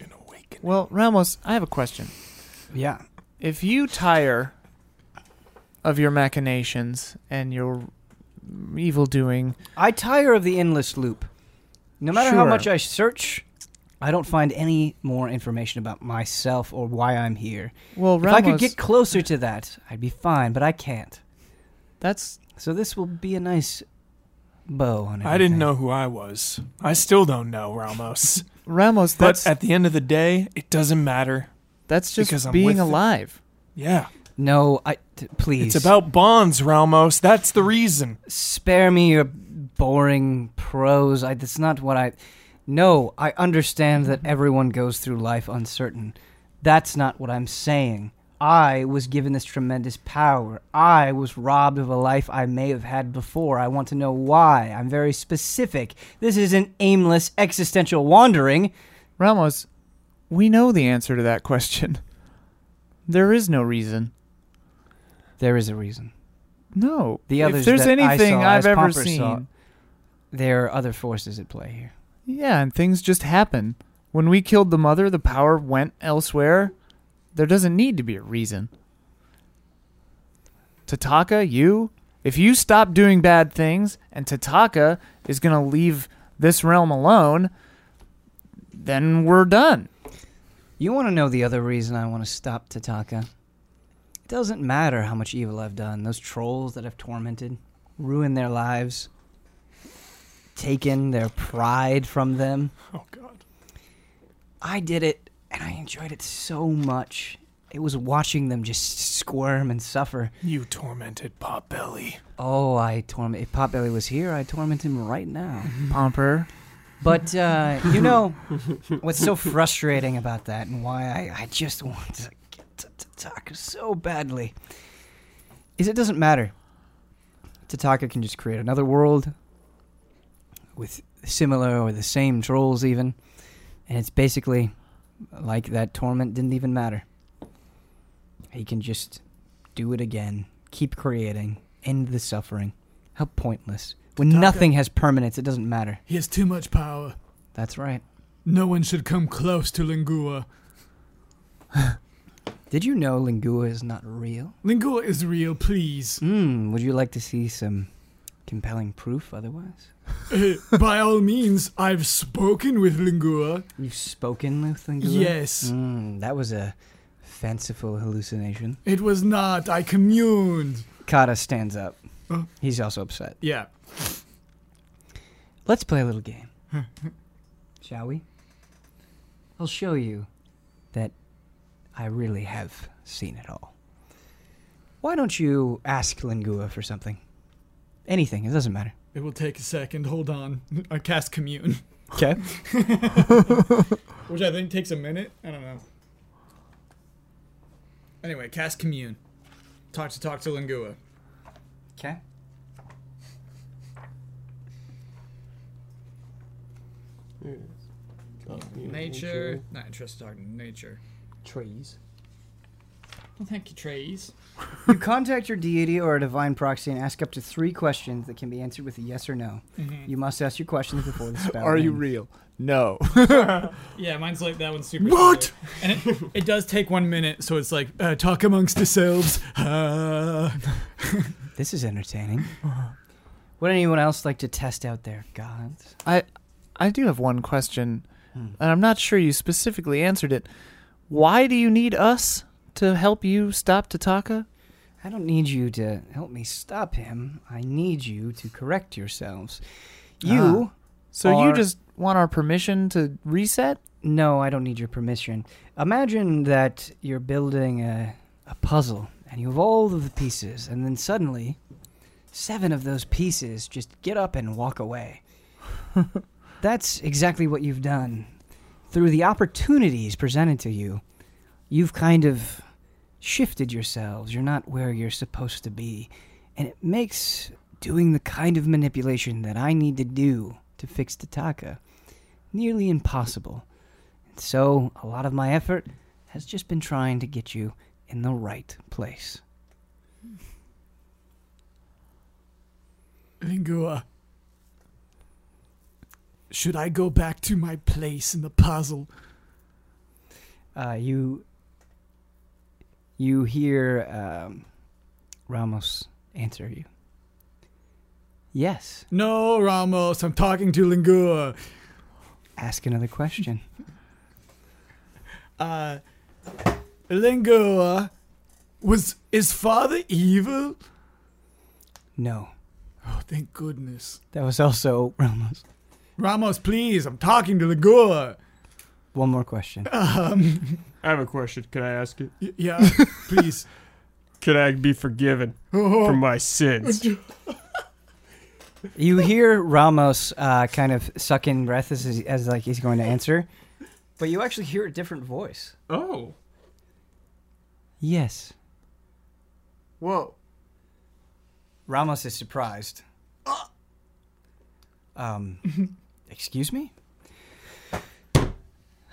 [SPEAKER 2] An awakening.
[SPEAKER 4] Well, Ramos, I have a question.
[SPEAKER 1] Yeah.
[SPEAKER 4] If you tire of your machinations and your evil doing,
[SPEAKER 1] I tire of the endless loop. No matter how
[SPEAKER 4] Sure.
[SPEAKER 1] much I search, I don't find any more information about myself or why I'm here.
[SPEAKER 4] well,
[SPEAKER 1] If
[SPEAKER 4] Ramos,
[SPEAKER 1] I could get closer to that, I'd be fine, but I can't.
[SPEAKER 4] that's
[SPEAKER 1] So this will be a nice bow on it.
[SPEAKER 2] I didn't know who I was. I still don't know, Ramos.
[SPEAKER 4] Ramos.
[SPEAKER 2] but
[SPEAKER 4] That's
[SPEAKER 2] at the end of the day, it doesn't matter.
[SPEAKER 4] that's
[SPEAKER 2] because
[SPEAKER 4] just
[SPEAKER 2] I'm with
[SPEAKER 4] being
[SPEAKER 2] it.
[SPEAKER 4] alive.
[SPEAKER 2] Yeah.
[SPEAKER 1] No, I t- please.
[SPEAKER 2] It's about bonds, Ramos. That's the reason.
[SPEAKER 1] spare me your boring prose. I, that's not what I. No, I understand that
[SPEAKER 4] Mm-hmm.
[SPEAKER 1] everyone goes through life uncertain. That's not what I'm saying. I was given this tremendous power. I was robbed of a life I may have had before. I want to know why. I'm very specific. This isn't aimless existential wandering.
[SPEAKER 4] Ramos, we know the answer to that question. *laughs* There is no reason.
[SPEAKER 1] There is a reason.
[SPEAKER 4] No.
[SPEAKER 1] The
[SPEAKER 4] if
[SPEAKER 1] others
[SPEAKER 4] there's
[SPEAKER 1] that I
[SPEAKER 4] anything
[SPEAKER 1] saw,
[SPEAKER 4] I've
[SPEAKER 1] as
[SPEAKER 4] ever
[SPEAKER 1] Pomper
[SPEAKER 4] seen,
[SPEAKER 1] saw. There are other forces at play here.
[SPEAKER 4] yeah, and things just happen. When we killed the mother, the power went elsewhere. There doesn't need to be a reason. Tataka, you, if you stop doing bad things and Tataka is going to leave this realm alone, then we're done.
[SPEAKER 1] *laughs* You want to know the other reason I want to stop Tataka? doesn't matter how much evil I've done. Those trolls that I've tormented, ruined their lives, taken their pride from them.
[SPEAKER 2] Oh God.
[SPEAKER 1] I did it and I enjoyed it so much. It was watching them just squirm and suffer.
[SPEAKER 2] You tormented Potbelly.
[SPEAKER 1] Oh, I torment. If Potbelly was here, I'd torment him right now.
[SPEAKER 4] Pomper.
[SPEAKER 1] But uh, you know what's so frustrating about that, and why I, I just want to get to Tataka so badly, is it doesn't matter. Tataka can just create another world with similar or the same trolls, even, and it's basically like that torment didn't even matter. He can just do it again, keep creating, end the suffering. How pointless. When
[SPEAKER 3] Tattaka-
[SPEAKER 1] nothing has permanence, it doesn't matter.
[SPEAKER 3] *laughs* He has too much power.
[SPEAKER 1] That's right.
[SPEAKER 3] No one should come close to Lingua.
[SPEAKER 1] Did you know Lingua is not real?
[SPEAKER 3] Lingua is real, please. *laughs*
[SPEAKER 1] Hmm, would you like to see some compelling proof otherwise?
[SPEAKER 3] Eh, By all means, I've spoken with Lingua.
[SPEAKER 1] You've spoken with Lingua?
[SPEAKER 3] Yes,
[SPEAKER 1] Hmm, that was a fanciful hallucination.
[SPEAKER 3] it was not. I communed.
[SPEAKER 1] Kata stands up.
[SPEAKER 3] Huh?
[SPEAKER 1] He's also upset.
[SPEAKER 3] Yeah.
[SPEAKER 1] Let's play a little *laughs* game. Shall we? I'll show you that I really have seen it all. Why don't you ask Lingua for something? Anything, it doesn't matter.
[SPEAKER 3] It will take a second. Hold on. I cast commune.
[SPEAKER 1] Okay.
[SPEAKER 3] *laughs* Which I think takes a minute. I don't know. Anyway, cast commune. Talk to talk to Lingua.
[SPEAKER 1] Okay.
[SPEAKER 3] Nature. Not interested in talking to nature.
[SPEAKER 1] Trees.
[SPEAKER 3] Well, thank you, trees.
[SPEAKER 1] You contact your deity or a divine proxy and ask up to three questions that can be answered with a yes or no. You must ask your questions before the spell.
[SPEAKER 8] *laughs* Mm-hmm. Are you
[SPEAKER 1] ends.
[SPEAKER 8] real? No.
[SPEAKER 3] Yeah, mine's like that one's super. What? *laughs* And it, it does take one minute, so it's like uh, talk amongst yourselves. *laughs* Uh, *laughs*
[SPEAKER 1] This is entertaining. *laughs* Would anyone else like to test out their gods?
[SPEAKER 4] I I do have one question,
[SPEAKER 9] Hmm.
[SPEAKER 4] and I'm not sure you specifically answered it. Why do you need us to help you stop Tataka?
[SPEAKER 1] I don't need you to help me stop him. I need you to correct yourselves. You.
[SPEAKER 4] So
[SPEAKER 1] Or-
[SPEAKER 4] you just want our permission to reset?
[SPEAKER 1] No, I don't need your permission. Imagine that you're building a, a puzzle and you have all of the pieces, and then suddenly, seven of those pieces just get up and walk away. That's exactly what you've done. Through the opportunities presented to you, you've kind of shifted yourselves. You're not where you're supposed to be. And it makes doing the kind of manipulation that I need to do to fix Tataka nearly impossible. And so, a lot of my effort has just been trying to get you in the right place.
[SPEAKER 3] Lingua. Should I go back to my place in the puzzle?
[SPEAKER 1] Uh, you you hear um, Ramos answer you. Yes.
[SPEAKER 3] No, Ramos. I'm talking to Lingua.
[SPEAKER 1] Ask another question. *laughs*
[SPEAKER 3] Uh, Lingua was is father evil?
[SPEAKER 1] No.
[SPEAKER 3] Oh, thank goodness.
[SPEAKER 1] That was also *laughs* Ramos.
[SPEAKER 3] Ramos, please. I'm talking to Lingua.
[SPEAKER 1] One more question.
[SPEAKER 3] Um,
[SPEAKER 6] I have a question. Can I ask it?
[SPEAKER 3] y- yeah, please.
[SPEAKER 6] Could I be forgiven
[SPEAKER 8] *laughs*
[SPEAKER 6] for my sins?
[SPEAKER 1] You hear Ramos uh, kind of suck in breath as, as like he's going to answer, but you actually hear a different voice.
[SPEAKER 6] Oh.
[SPEAKER 1] Yes.
[SPEAKER 8] Whoa.
[SPEAKER 1] Ramos is surprised. Uh. *laughs* Um, excuse me? *sighs*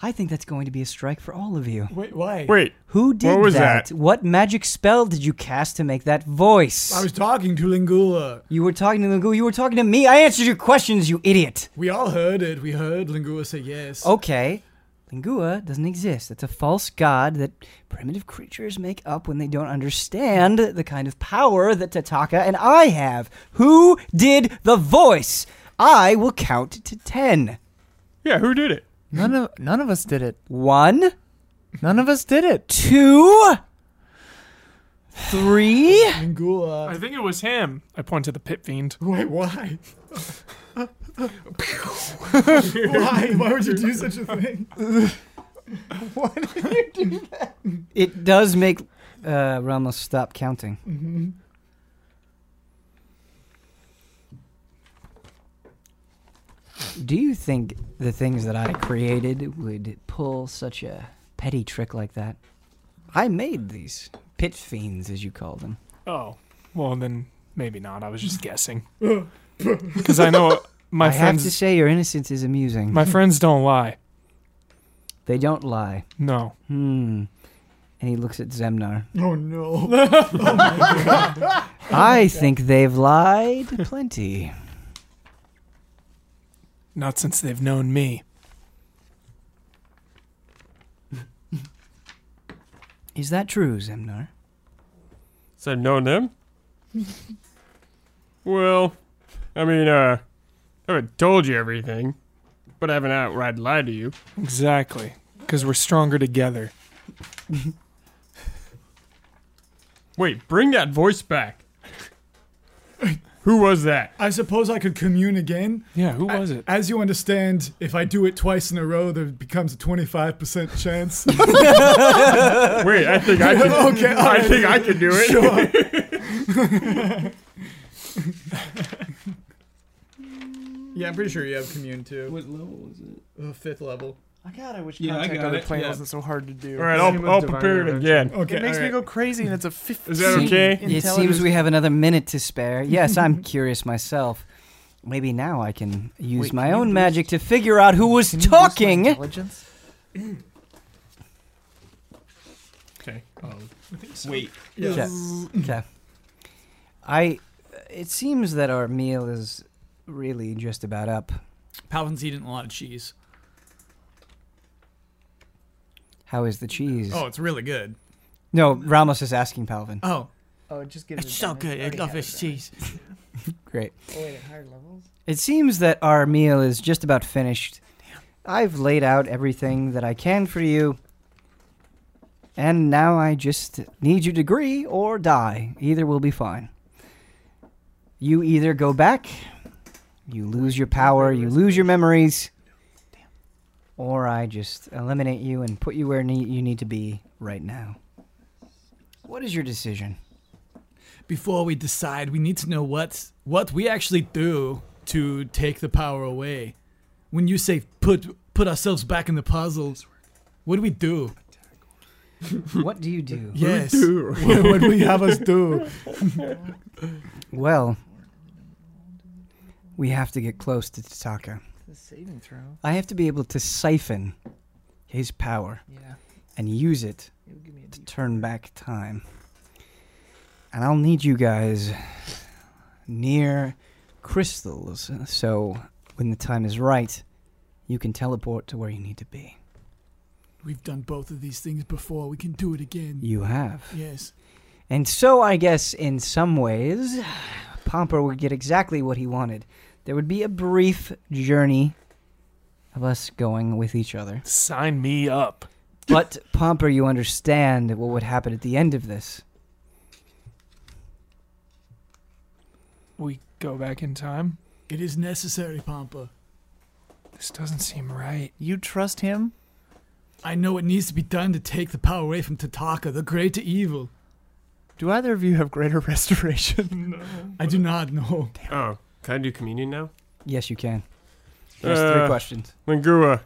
[SPEAKER 1] I think that's going to be a strike for all of you.
[SPEAKER 3] Wait, why?
[SPEAKER 6] Wait.
[SPEAKER 1] Who did
[SPEAKER 6] was
[SPEAKER 1] that?
[SPEAKER 6] that?
[SPEAKER 1] What magic spell did you cast to make that voice?
[SPEAKER 3] I was talking to Lingua.
[SPEAKER 1] you were talking to Lungu, you were talking to me. I answered your questions, you idiot.
[SPEAKER 3] We all heard it. We heard Lingua say yes.
[SPEAKER 1] Oh. Okay. Lingua doesn't exist. It's a false god that primitive creatures make up when they don't understand the kind of power that Tataka and I have. Who did the voice? I will count to ten.
[SPEAKER 6] Yeah, who did it?
[SPEAKER 9] Hmm.
[SPEAKER 4] None of none of us did it.
[SPEAKER 1] One,
[SPEAKER 4] None of us did it.
[SPEAKER 1] Two, three.
[SPEAKER 7] Mingula.
[SPEAKER 2] I think it was him. I point to the pit fiend.
[SPEAKER 7] Wait, why? why? Why would you do such a thing?
[SPEAKER 1] It does make uh, Ramos stop counting.
[SPEAKER 2] Mm-hmm.
[SPEAKER 1] Do you think the things that I created would pull such a petty trick like that? I made these pit fiends, as you call them.
[SPEAKER 2] Oh, well then maybe not. I was just *laughs* guessing. Because I know my
[SPEAKER 1] I have
[SPEAKER 2] friends.
[SPEAKER 1] to say, your innocence is amusing.
[SPEAKER 2] my friends don't lie.
[SPEAKER 1] they don't lie.
[SPEAKER 2] No.
[SPEAKER 1] Hmm. And he looks at Zemnar.
[SPEAKER 2] *laughs*
[SPEAKER 7] Oh no.
[SPEAKER 1] I think they've lied plenty.
[SPEAKER 2] Not since they've known me.
[SPEAKER 1] Is that true, Zemnar?
[SPEAKER 6] So I've known them? *laughs* well, I mean, uh, I haven't told you everything, but I haven't outright lied to you.
[SPEAKER 2] Exactly. Because we're stronger together.
[SPEAKER 6] Wait, bring that voice back. *laughs* Who was that?
[SPEAKER 7] I suppose I could commune again.
[SPEAKER 2] Yeah, who was it?
[SPEAKER 7] As you understand, if I do it twice in a row, there becomes a 25% chance.
[SPEAKER 6] Wait, I think I can.
[SPEAKER 7] *laughs* Okay, all
[SPEAKER 6] I
[SPEAKER 7] right.
[SPEAKER 6] think I can do it.
[SPEAKER 7] sure.
[SPEAKER 5] Yeah, I'm pretty sure you have commune too.
[SPEAKER 9] What level was it?
[SPEAKER 5] Uh, fifth level.
[SPEAKER 9] I got it. Which
[SPEAKER 5] Yeah, I
[SPEAKER 9] contact
[SPEAKER 5] got
[SPEAKER 9] other
[SPEAKER 5] it,
[SPEAKER 9] plane
[SPEAKER 5] yeah.
[SPEAKER 9] wasn't so hard to do.
[SPEAKER 6] All right,
[SPEAKER 9] Same
[SPEAKER 6] I'll,
[SPEAKER 9] with
[SPEAKER 6] I'll
[SPEAKER 9] Divine
[SPEAKER 6] prepare it
[SPEAKER 9] Intervention.
[SPEAKER 6] again.
[SPEAKER 7] Okay.
[SPEAKER 9] it makes
[SPEAKER 7] all
[SPEAKER 9] me
[SPEAKER 7] right.
[SPEAKER 9] go crazy, and it's a 15.
[SPEAKER 6] Is that okay?
[SPEAKER 1] It seems we have another minute to spare.
[SPEAKER 9] *laughs*
[SPEAKER 1] Yes, I'm curious myself. Maybe now I can use
[SPEAKER 9] Wait,
[SPEAKER 1] my
[SPEAKER 9] can you
[SPEAKER 1] own
[SPEAKER 9] boost-
[SPEAKER 1] magic to figure out who was talking.
[SPEAKER 9] Intelligence.
[SPEAKER 6] Okay.
[SPEAKER 5] Wait.
[SPEAKER 1] Okay. Okay. I. It seems that our meal is really just about up.
[SPEAKER 5] Paladin's eating a lot of cheese.
[SPEAKER 1] How is the cheese?
[SPEAKER 5] Oh, it's really good.
[SPEAKER 1] No, Ramos is asking Palvin.
[SPEAKER 3] Uh,
[SPEAKER 5] Oh,
[SPEAKER 9] Oh, just get
[SPEAKER 5] it's so good. I love this cheese.
[SPEAKER 1] Great.
[SPEAKER 9] Oh wait, at higher levels.
[SPEAKER 1] It seems that our meal is just about finished. I've laid out everything that I can for you. And now I just need you to agree or die. Either will be fine. You either go back, you lose your power, you lose your memories, or I just eliminate you and put you where nee- you need to be right now. What is your decision?
[SPEAKER 3] Before we decide, we need to know what what we actually do to take the power away. When you say put put ourselves back in the puzzle, what do we do?
[SPEAKER 1] what do you do?
[SPEAKER 3] Yes. *laughs* what would we have us do?
[SPEAKER 1] Well, we have to get close to Tataka.
[SPEAKER 9] The saving throw.
[SPEAKER 1] I have to be able to siphon his power
[SPEAKER 9] Yeah,
[SPEAKER 1] and use it
[SPEAKER 9] it would give me a
[SPEAKER 1] to
[SPEAKER 9] D.
[SPEAKER 1] turn back time. And I'll need you guys near crystals so when the time is right, you can teleport to where you need to be.
[SPEAKER 3] We've done both of these things before. We can do it again.
[SPEAKER 1] You have.
[SPEAKER 3] Yes.
[SPEAKER 1] And so I guess in some ways, Pomper would get exactly what he wanted. There would be a brief journey of us going with each
[SPEAKER 6] *laughs*
[SPEAKER 1] other.
[SPEAKER 2] Sign me up.
[SPEAKER 1] But Pomper, you understand what would happen at the end of this.
[SPEAKER 2] We go back in time.
[SPEAKER 3] It is necessary, Pompa.
[SPEAKER 2] This doesn't seem right.
[SPEAKER 4] You trust him?
[SPEAKER 3] I know it needs to be done to take the power away from Tataka, the great evil.
[SPEAKER 4] Do either of you have greater *laughs* restoration?
[SPEAKER 3] I do not know.
[SPEAKER 6] Oh, can I do communion now?
[SPEAKER 1] Yes, you can. There's three
[SPEAKER 6] Uh,
[SPEAKER 1] questions.
[SPEAKER 6] Lingua,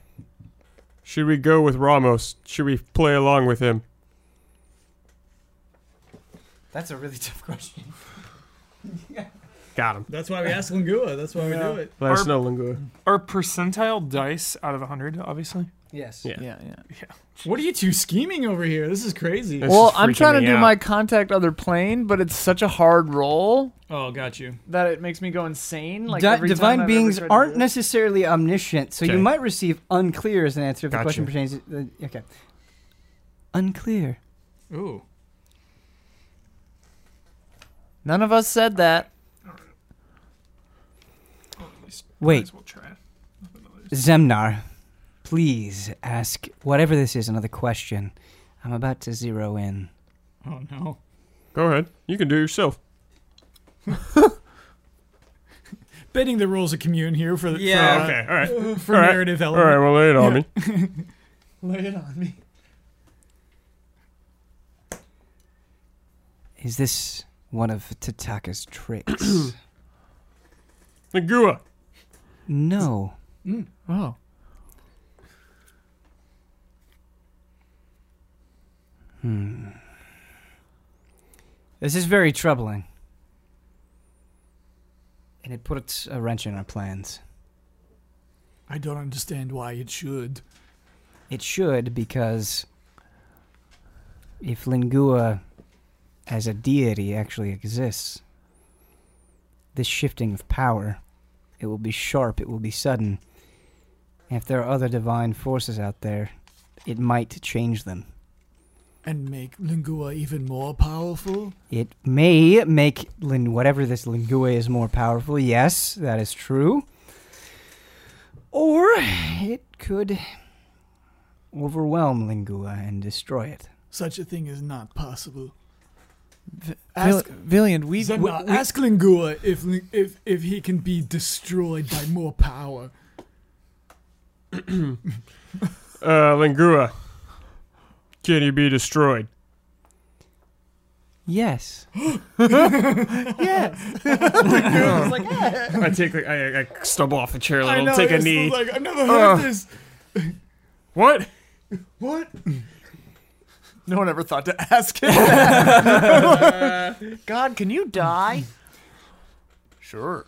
[SPEAKER 6] should we go with Ramos? Should we play along with him?
[SPEAKER 1] That's a really *laughs* tough question.
[SPEAKER 6] Got him.
[SPEAKER 7] That's why we ask Lingua. That's why we do it.
[SPEAKER 6] Let us know, Lingua.
[SPEAKER 2] Are percentile dice out of 100, obviously?
[SPEAKER 1] Yes.
[SPEAKER 6] Yeah.
[SPEAKER 9] Yeah, yeah.
[SPEAKER 7] What are you two scheming over here? This is crazy.
[SPEAKER 6] This
[SPEAKER 4] well,
[SPEAKER 6] is
[SPEAKER 4] I'm
[SPEAKER 6] freaking
[SPEAKER 4] trying to
[SPEAKER 6] me
[SPEAKER 4] do
[SPEAKER 6] out.
[SPEAKER 4] my contact other plane, but it's such a hard roll
[SPEAKER 7] Oh, got you.
[SPEAKER 4] that it makes me go insane. Like
[SPEAKER 1] Di-
[SPEAKER 4] every time I've
[SPEAKER 1] divine
[SPEAKER 4] ever
[SPEAKER 1] beings
[SPEAKER 4] tried to
[SPEAKER 1] aren't
[SPEAKER 4] do it.
[SPEAKER 1] necessarily omniscient, so you
[SPEAKER 6] Okay.
[SPEAKER 1] might receive unclear as an answer if the
[SPEAKER 6] Gotcha.
[SPEAKER 1] question pertains. To, uh, okay. Unclear.
[SPEAKER 7] Ooh.
[SPEAKER 4] None of us said that.
[SPEAKER 1] Wait, Zemnar, please ask whatever this is another question. I'm about to zero in.
[SPEAKER 7] Oh no.
[SPEAKER 6] Go ahead. You can do it yourself.
[SPEAKER 7] Betting the rules of commune here for the
[SPEAKER 6] Oh,
[SPEAKER 5] Yeah.
[SPEAKER 6] okay.
[SPEAKER 3] uh,
[SPEAKER 6] All right.
[SPEAKER 7] for, for
[SPEAKER 6] All right.
[SPEAKER 7] narrative
[SPEAKER 6] All
[SPEAKER 7] element.
[SPEAKER 6] right. Well, lay it on me.
[SPEAKER 9] Lay it on me.
[SPEAKER 1] Is this one of Tataka's tricks?
[SPEAKER 6] Nagua.
[SPEAKER 1] no.
[SPEAKER 3] Mm.
[SPEAKER 4] Oh.
[SPEAKER 1] This is very troubling. And it puts a wrench in our plans.
[SPEAKER 3] I don't understand why it should.
[SPEAKER 1] It should, because if Lingua as a deity actually exists, this shifting of power, it will be sharp, it will be sudden. If there are other divine forces out there, it might change them.
[SPEAKER 3] And make Lingua even more powerful?
[SPEAKER 1] It may make Lin- whatever this Lingua is more powerful. Yes, that is true. Or it could overwhelm Lingua and destroy it.
[SPEAKER 3] Such a thing is not possible.
[SPEAKER 4] V-
[SPEAKER 3] Ask-
[SPEAKER 4] Vil- Villian, *laughs* we,
[SPEAKER 3] Zemna,
[SPEAKER 4] we- we-
[SPEAKER 3] uh, ask Lingua if, Lin- if if he can be destroyed by more power.
[SPEAKER 6] Uh, Lingua. Can you be destroyed?
[SPEAKER 1] Yes.
[SPEAKER 6] I take. like, I, I stumble off the chair a
[SPEAKER 7] I
[SPEAKER 6] little.
[SPEAKER 7] know,
[SPEAKER 6] take a
[SPEAKER 7] it's
[SPEAKER 6] knee.
[SPEAKER 7] Like, I've never heard
[SPEAKER 6] Ugh.
[SPEAKER 7] this.
[SPEAKER 6] what?
[SPEAKER 7] What?
[SPEAKER 9] No one ever
[SPEAKER 4] *laughs*
[SPEAKER 9] thought to ask him.
[SPEAKER 4] God, can you die?
[SPEAKER 8] Sure.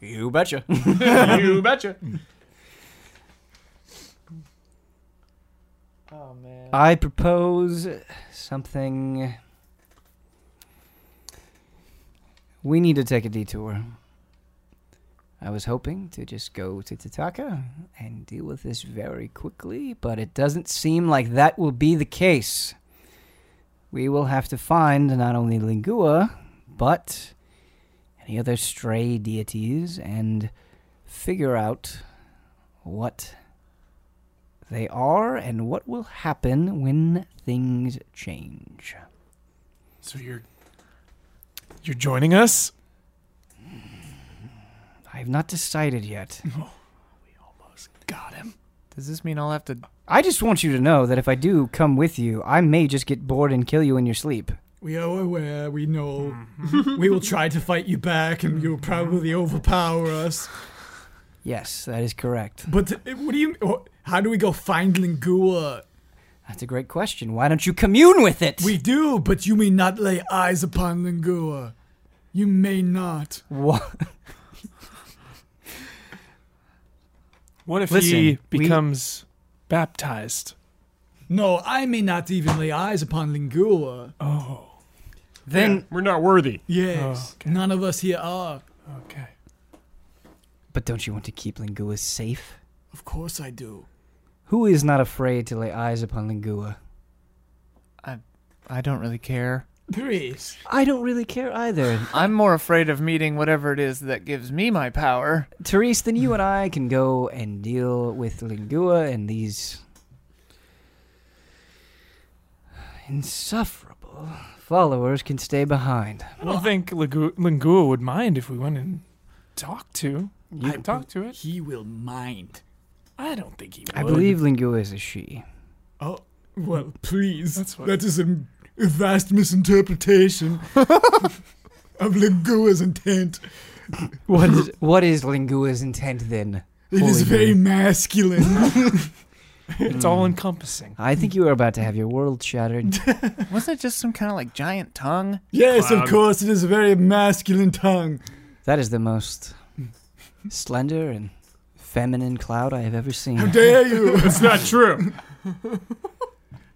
[SPEAKER 9] You betcha.
[SPEAKER 6] *laughs* you betcha.
[SPEAKER 9] Oh man.
[SPEAKER 1] I propose something. We need to take a detour. I was hoping to just go to Tataka and deal with this very quickly, but it doesn't seem like that will be the case. We will have to find not only Lingua, but any other stray deities and figure out what they are and what will happen when things change.
[SPEAKER 2] So you're you're joining us?
[SPEAKER 1] I have not decided yet.
[SPEAKER 3] oh,
[SPEAKER 2] Got him.
[SPEAKER 4] Does this mean I'll have to?
[SPEAKER 1] I just want you to know that if I do come with you, I may just get bored and kill you in your sleep.
[SPEAKER 3] We are aware, we know.
[SPEAKER 6] Mm-hmm.
[SPEAKER 3] *laughs* we will try to fight you back, and you'll probably overpower us.
[SPEAKER 1] Yes, that is correct.
[SPEAKER 3] But uh, what do you. wh- How do we go find Lingua?
[SPEAKER 1] That's a great question. Why don't you commune with it?
[SPEAKER 3] We do, but you may not lay eyes upon Lingua. You may not.
[SPEAKER 1] Wha-
[SPEAKER 2] What if
[SPEAKER 1] Listen,
[SPEAKER 2] he
[SPEAKER 1] we-
[SPEAKER 2] becomes baptized?
[SPEAKER 3] No, I may not even lay eyes upon Lingua.
[SPEAKER 2] Oh,
[SPEAKER 1] Then,
[SPEAKER 6] We're not worthy.
[SPEAKER 3] Yes.
[SPEAKER 2] Oh, okay.
[SPEAKER 3] None of us here are.
[SPEAKER 2] okay.
[SPEAKER 1] but don't you want to keep Lingua safe?
[SPEAKER 3] Of course I do.
[SPEAKER 1] Who is not afraid to lay eyes upon Lingua?
[SPEAKER 4] I don't really care.
[SPEAKER 3] Please.
[SPEAKER 1] I don't really care either.
[SPEAKER 4] I'm more afraid of meeting whatever it is that gives me my power.
[SPEAKER 1] Therese, then you and I can go and deal with Lingua and these insufferable followers can stay behind.
[SPEAKER 2] I don't think Ligu- Lingua would mind if we went and talked to. You
[SPEAKER 3] I-
[SPEAKER 2] talk to it.
[SPEAKER 3] He will mind.
[SPEAKER 2] I don't think he would.
[SPEAKER 1] I believe Lingua is a she.
[SPEAKER 3] Oh, well, please.
[SPEAKER 2] That's what-
[SPEAKER 3] That is a, a vast *laughs* misinterpretation of Lingua's intent.
[SPEAKER 1] *laughs* What is *laughs* what is Lingua's intent then?
[SPEAKER 3] It is
[SPEAKER 1] Holy moly.
[SPEAKER 3] very *laughs* masculine.
[SPEAKER 2] it's all encompassing.
[SPEAKER 1] I think you are about to have your world *laughs* shattered.
[SPEAKER 4] Wasn't it just some kind of like giant tongue?
[SPEAKER 3] yes,
[SPEAKER 6] Clown.
[SPEAKER 3] of course, it is a very masculine tongue.
[SPEAKER 1] that is the most slender and feminine cloud I have ever
[SPEAKER 3] How
[SPEAKER 1] seen.
[SPEAKER 3] dare you?
[SPEAKER 1] *laughs*
[SPEAKER 6] It's not true.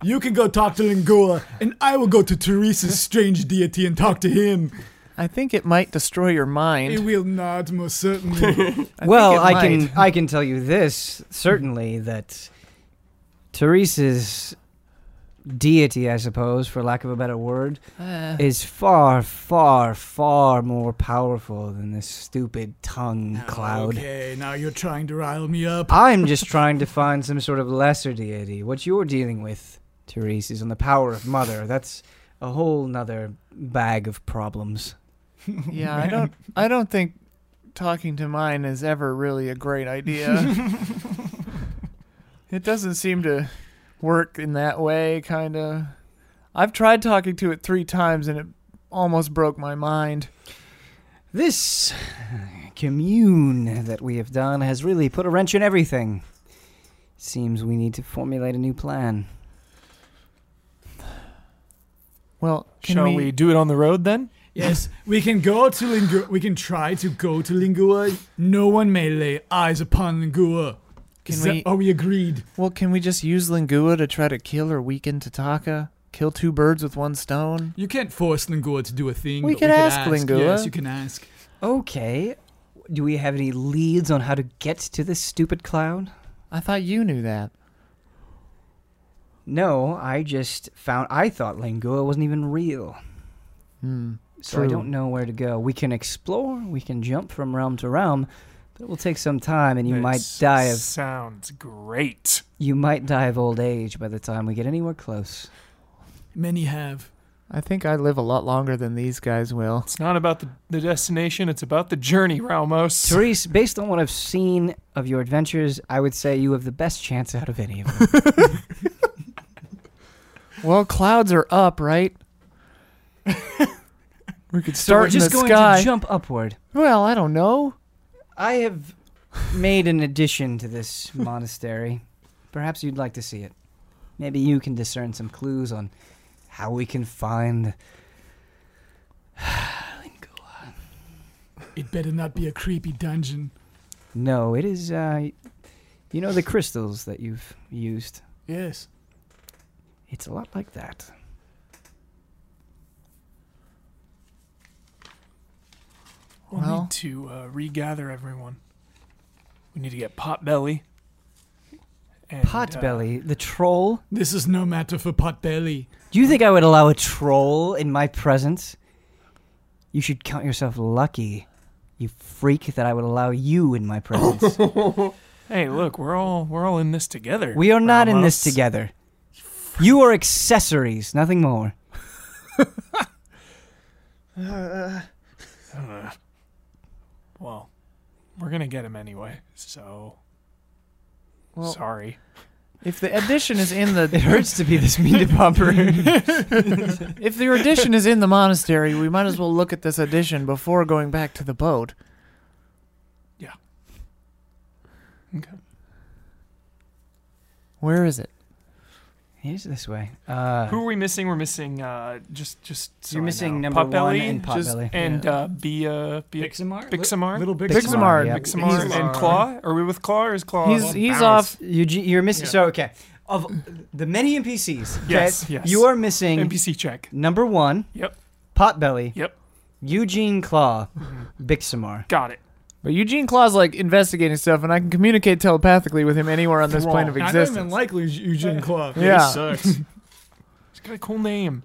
[SPEAKER 3] you can go talk to Lingua, and I will go
[SPEAKER 1] *laughs*
[SPEAKER 3] to Teresa's strange deity and talk to him.
[SPEAKER 4] I think it might destroy your
[SPEAKER 3] It
[SPEAKER 4] mind.
[SPEAKER 3] will not, most certainly.
[SPEAKER 4] I
[SPEAKER 1] well,
[SPEAKER 4] think it
[SPEAKER 1] I can
[SPEAKER 4] might.
[SPEAKER 1] I can tell you this certainly that Teresa's deity, I suppose, for lack of a better word,
[SPEAKER 4] Uh,
[SPEAKER 1] is far, far, far more powerful than this stupid tongue *laughs* cloud.
[SPEAKER 3] Oh, Okay, now you're trying to rile me up.
[SPEAKER 1] I'm just trying to find some sort of lesser deity. What you're dealing with, Therese, is on the power of Mother. That's a whole nother bag of problems.
[SPEAKER 4] Yeah, *laughs* I don't. I don't think talking to mine is ever really a great *laughs* idea. it doesn't seem to work in that way. Kind of. I've tried talking to it three times, and it almost broke my mind.
[SPEAKER 1] This commune that we have done has really put a wrench in everything. Seems we need to formulate a new plan.
[SPEAKER 4] Well, can
[SPEAKER 2] Shall we... do it on the road then?
[SPEAKER 3] Yes, we can go to Lingua. We can try to go to Lingua. No one may lay eyes upon Lingua.
[SPEAKER 4] Can
[SPEAKER 3] Is that-
[SPEAKER 4] we-
[SPEAKER 3] are we agreed?
[SPEAKER 4] Well, can we just use Lingua to try to kill or weaken Tataka? Kill two birds with one stone?
[SPEAKER 3] You can't force Lingua to do a thing.
[SPEAKER 4] We
[SPEAKER 3] but
[SPEAKER 4] can
[SPEAKER 3] we can
[SPEAKER 4] ask Lingua.
[SPEAKER 3] Yes, you can ask.
[SPEAKER 1] Okay. Do we have any leads on how to get to this stupid cloud?
[SPEAKER 4] I thought you knew that.
[SPEAKER 1] No, I just found. I thought Lingua wasn't even real.
[SPEAKER 4] Hmm.
[SPEAKER 1] So I don't know where to go. We can explore, we can jump from realm to realm, but it will take some time and you might
[SPEAKER 2] This
[SPEAKER 1] die of
[SPEAKER 2] Sounds great.
[SPEAKER 1] you might die of old age by the time we get anywhere close.
[SPEAKER 3] Many have.
[SPEAKER 4] I think I live a lot longer than these guys will.
[SPEAKER 2] It's not about the, the destination, it's about the journey, Ramos.
[SPEAKER 1] Therese, based on what I've seen of your adventures, I would say you have the best chance out of any of them.
[SPEAKER 4] Well, clouds are
[SPEAKER 1] *laughs*
[SPEAKER 4] up, right? we could
[SPEAKER 1] so we're
[SPEAKER 4] start
[SPEAKER 1] just
[SPEAKER 4] in the
[SPEAKER 1] going
[SPEAKER 4] sky.
[SPEAKER 1] to jump upward.
[SPEAKER 4] well, I don't know.
[SPEAKER 1] I have made an addition to this monastery. Perhaps you'd like to see it. Maybe you can discern some clues on how we can find
[SPEAKER 3] It better not be a creepy dungeon.
[SPEAKER 1] No, it is. Uh, you know the crystals that you've used.
[SPEAKER 3] Yes.
[SPEAKER 1] It's a lot like that.
[SPEAKER 2] We'll
[SPEAKER 4] Well-
[SPEAKER 2] need to uh, regather everyone. We need to get Potbelly. and, uh,
[SPEAKER 1] Potbelly, the troll.
[SPEAKER 3] This is no matter for Potbelly.
[SPEAKER 1] Do you think I would allow a troll in my presence? You should count yourself lucky, you freak, that I would allow you in my
[SPEAKER 2] *laughs*
[SPEAKER 1] presence.
[SPEAKER 2] uh, hey, look, we're all we're all in this together.
[SPEAKER 1] we are not in this
[SPEAKER 2] Ramos.
[SPEAKER 1] together. You are accessories, nothing more.
[SPEAKER 2] Uh, well, we're gonna get him anyway. So
[SPEAKER 4] Well,
[SPEAKER 2] sorry.
[SPEAKER 4] if the addition is in
[SPEAKER 1] It *laughs*
[SPEAKER 4] the
[SPEAKER 1] hurts to be this mean to
[SPEAKER 2] *laughs*
[SPEAKER 1] Bumper.
[SPEAKER 4] if the addition is in the monastery, we might as well look at this addition before going back to the boat.
[SPEAKER 2] Okay.
[SPEAKER 4] Where is it?
[SPEAKER 1] Here's this way. Uh,
[SPEAKER 2] Who are we missing? We're missing uh, just just. So
[SPEAKER 1] You're
[SPEAKER 2] I
[SPEAKER 1] missing
[SPEAKER 2] know.
[SPEAKER 1] number one
[SPEAKER 2] Potbelly
[SPEAKER 1] and
[SPEAKER 2] just-
[SPEAKER 1] Potbelly.
[SPEAKER 2] and uh, Bia Bia
[SPEAKER 7] Bixamar?
[SPEAKER 2] Bixamar?
[SPEAKER 7] Little Bixamar.
[SPEAKER 1] Bixamar, yeah.
[SPEAKER 2] Bixamar
[SPEAKER 7] Bixamar.
[SPEAKER 2] and Claw. Are we with Claw? Or is Claw?
[SPEAKER 4] He's he's off.
[SPEAKER 1] You, you're missing. So okay, of the many NPCs, okay,
[SPEAKER 2] Yes, yes.
[SPEAKER 1] you are missing
[SPEAKER 2] NPC check.
[SPEAKER 1] number one.
[SPEAKER 2] Yep.
[SPEAKER 1] Potbelly.
[SPEAKER 2] Yep. Mm-hmm.
[SPEAKER 1] Eugene Claw, Bixamar.
[SPEAKER 2] Got it.
[SPEAKER 4] But Eugene Claw's like investigating stuff, and I can communicate telepathically with him anywhere on this
[SPEAKER 7] Thrall.
[SPEAKER 4] plane of
[SPEAKER 7] And I
[SPEAKER 4] existence.
[SPEAKER 7] don't even like Eugene Club.
[SPEAKER 3] *laughs*
[SPEAKER 4] yeah.
[SPEAKER 6] Sucks.
[SPEAKER 2] He's got a cool name.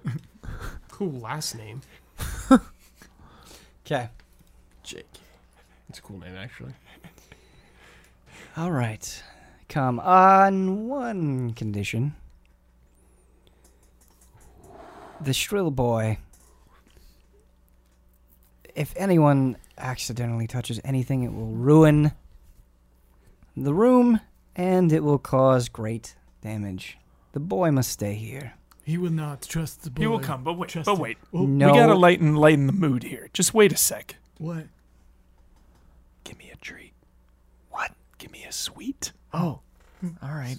[SPEAKER 7] Cool last name.
[SPEAKER 1] Okay.
[SPEAKER 6] Jake. It's a cool name, actually.
[SPEAKER 1] All right. Come on one condition. The shrill boy. If anyone accidentally touches anything, it will ruin the room and it will cause great damage. The boy must stay here.
[SPEAKER 3] He will not trust the boy.
[SPEAKER 2] He will come, but wait,
[SPEAKER 3] Trust
[SPEAKER 2] but
[SPEAKER 3] him.
[SPEAKER 2] wait.
[SPEAKER 3] Oh,
[SPEAKER 1] no.
[SPEAKER 2] We gotta lighten lighten the mood here. Just wait a sec.
[SPEAKER 3] What?
[SPEAKER 2] Give me a treat. What? Give me a sweet.
[SPEAKER 4] Oh. All right.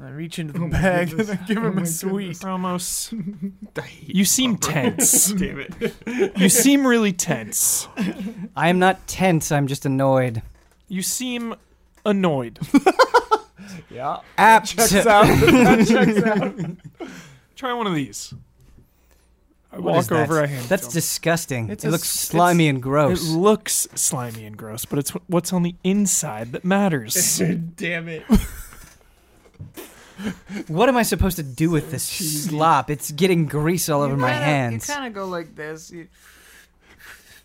[SPEAKER 4] I reach into
[SPEAKER 1] *laughs*
[SPEAKER 4] the bag and I give
[SPEAKER 1] Oh
[SPEAKER 4] him a sweet. *laughs* Oh,
[SPEAKER 2] Ramos, you seem tense. Damn it. *laughs* you seem really tense.
[SPEAKER 1] I am not tense, I'm just annoyed.
[SPEAKER 2] You seem annoyed.
[SPEAKER 1] Apt.
[SPEAKER 2] Try one of these. I
[SPEAKER 1] What
[SPEAKER 2] walk
[SPEAKER 1] is that?
[SPEAKER 2] over. I hand. it
[SPEAKER 1] *laughs* That's
[SPEAKER 2] to him.
[SPEAKER 1] disgusting.
[SPEAKER 4] It's
[SPEAKER 1] it
[SPEAKER 4] a
[SPEAKER 1] looks
[SPEAKER 4] s-
[SPEAKER 1] slimy and gross.
[SPEAKER 2] It looks slimy and gross, but
[SPEAKER 4] *laughs*
[SPEAKER 2] it's wh- what's on the inside that matters.
[SPEAKER 7] Damn it.
[SPEAKER 1] What am I supposed to do with this slop? It's getting grease all over my hands.
[SPEAKER 4] You kind of go like this. You,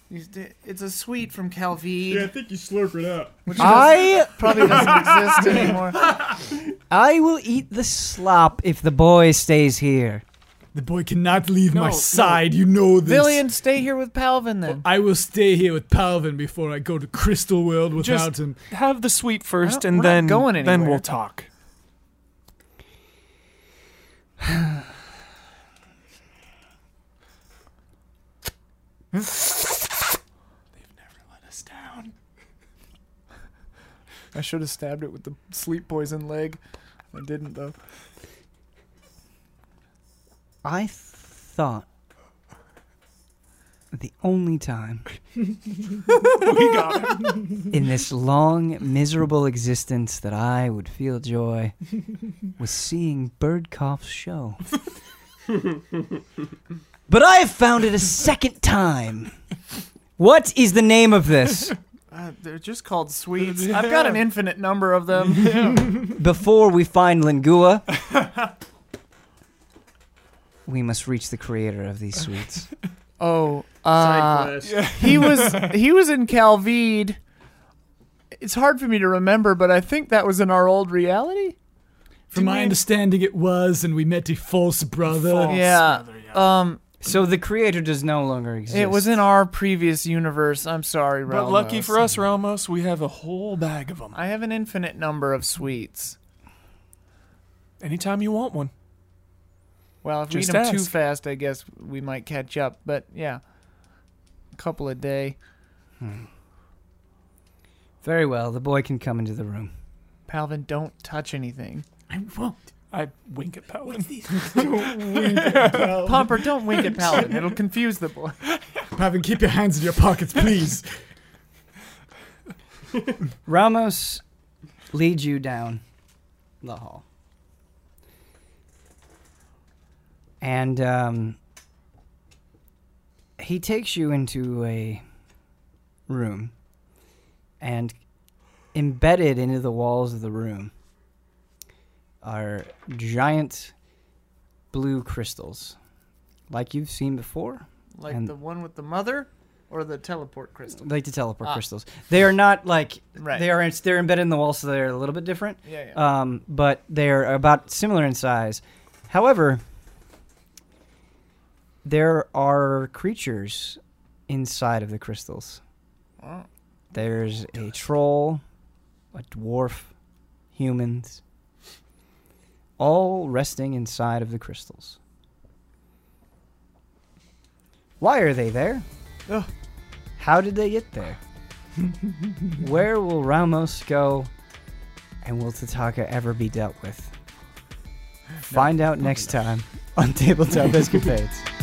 [SPEAKER 4] you st- it's a sweet from
[SPEAKER 6] Yeah, I
[SPEAKER 4] Calvide.
[SPEAKER 6] think you slurp it up.
[SPEAKER 1] I *laughs*
[SPEAKER 4] Probably doesn't exist anymore.
[SPEAKER 1] I will eat the slop if the boy stays here.
[SPEAKER 3] The boy cannot leave my
[SPEAKER 2] No,
[SPEAKER 3] side. You know this.
[SPEAKER 4] Villian, stay here with Palvin then.
[SPEAKER 3] I will stay here with Palvin before I go to Crystal World without him.
[SPEAKER 2] Have the sweet first,
[SPEAKER 4] don't-
[SPEAKER 2] and
[SPEAKER 4] we're not
[SPEAKER 2] then
[SPEAKER 4] going
[SPEAKER 2] then
[SPEAKER 4] anywhere.
[SPEAKER 2] we'll talk.
[SPEAKER 9] I should have stabbed it with the sleep poison leg. I didn't though.
[SPEAKER 1] I thought the only time in this long, miserable existence that I would feel joy was seeing Birdcough's show. but I have found it a second time. What is the name of this?
[SPEAKER 4] Uh, they're just called sweets.
[SPEAKER 2] *laughs*
[SPEAKER 4] I've got an infinite number of them.
[SPEAKER 1] Before we find Lingua, we must reach the creator of these sweets.
[SPEAKER 4] *laughs* Oh,
[SPEAKER 6] Side
[SPEAKER 4] uh,
[SPEAKER 6] quest.
[SPEAKER 4] he
[SPEAKER 2] *laughs*
[SPEAKER 4] was he was in Calvide. It's hard for me to remember, but I think that was in our old reality.
[SPEAKER 3] From my understanding, it was, and we met a false brother.
[SPEAKER 4] yeah. Um,
[SPEAKER 1] So the creator does no longer exist.
[SPEAKER 4] it was in our previous universe. I'm sorry,
[SPEAKER 2] But
[SPEAKER 4] Ramos.
[SPEAKER 2] lucky for us, Ramos, we have a whole bag of them.
[SPEAKER 4] I have an infinite number of sweets.
[SPEAKER 2] Anytime you want one.
[SPEAKER 4] Well, if
[SPEAKER 2] Just
[SPEAKER 4] we eat them too
[SPEAKER 2] ask.
[SPEAKER 4] fast, I guess we might catch up. But yeah, a couple a day.
[SPEAKER 1] Very well, the boy can come into the room.
[SPEAKER 4] Palvin, don't touch anything.
[SPEAKER 7] I
[SPEAKER 3] *laughs*
[SPEAKER 7] won't.
[SPEAKER 2] I wink at Paladin.
[SPEAKER 4] *laughs* Pomper, don't wink at Palvin. It'll confuse the boy.
[SPEAKER 7] Pavin, keep your hands in your pockets, please.
[SPEAKER 1] Ramos leads you down the hall. And um, he takes you into a room. And embedded into the walls of the room are giant blue crystals, like you've seen before.
[SPEAKER 4] Like
[SPEAKER 1] And-
[SPEAKER 4] the one with the mother, or the teleport crystal.
[SPEAKER 1] like the teleport
[SPEAKER 4] Ah.
[SPEAKER 1] crystals. They are not like
[SPEAKER 4] Right.
[SPEAKER 1] they are. They're embedded in the wall, so they're a little bit different.
[SPEAKER 4] Yeah,
[SPEAKER 2] Uh,
[SPEAKER 4] yeah.
[SPEAKER 1] Um, but they're about similar in size. However, there are creatures inside of the crystals.
[SPEAKER 4] Oh.
[SPEAKER 1] There's a troll, a dwarf, humans, all resting inside of the crystals. Why are they there?
[SPEAKER 4] Ugh.
[SPEAKER 1] How did they get there? Where will Ramos go? And will Tataka ever be dealt with? Find out next time on Tabletop Escapades.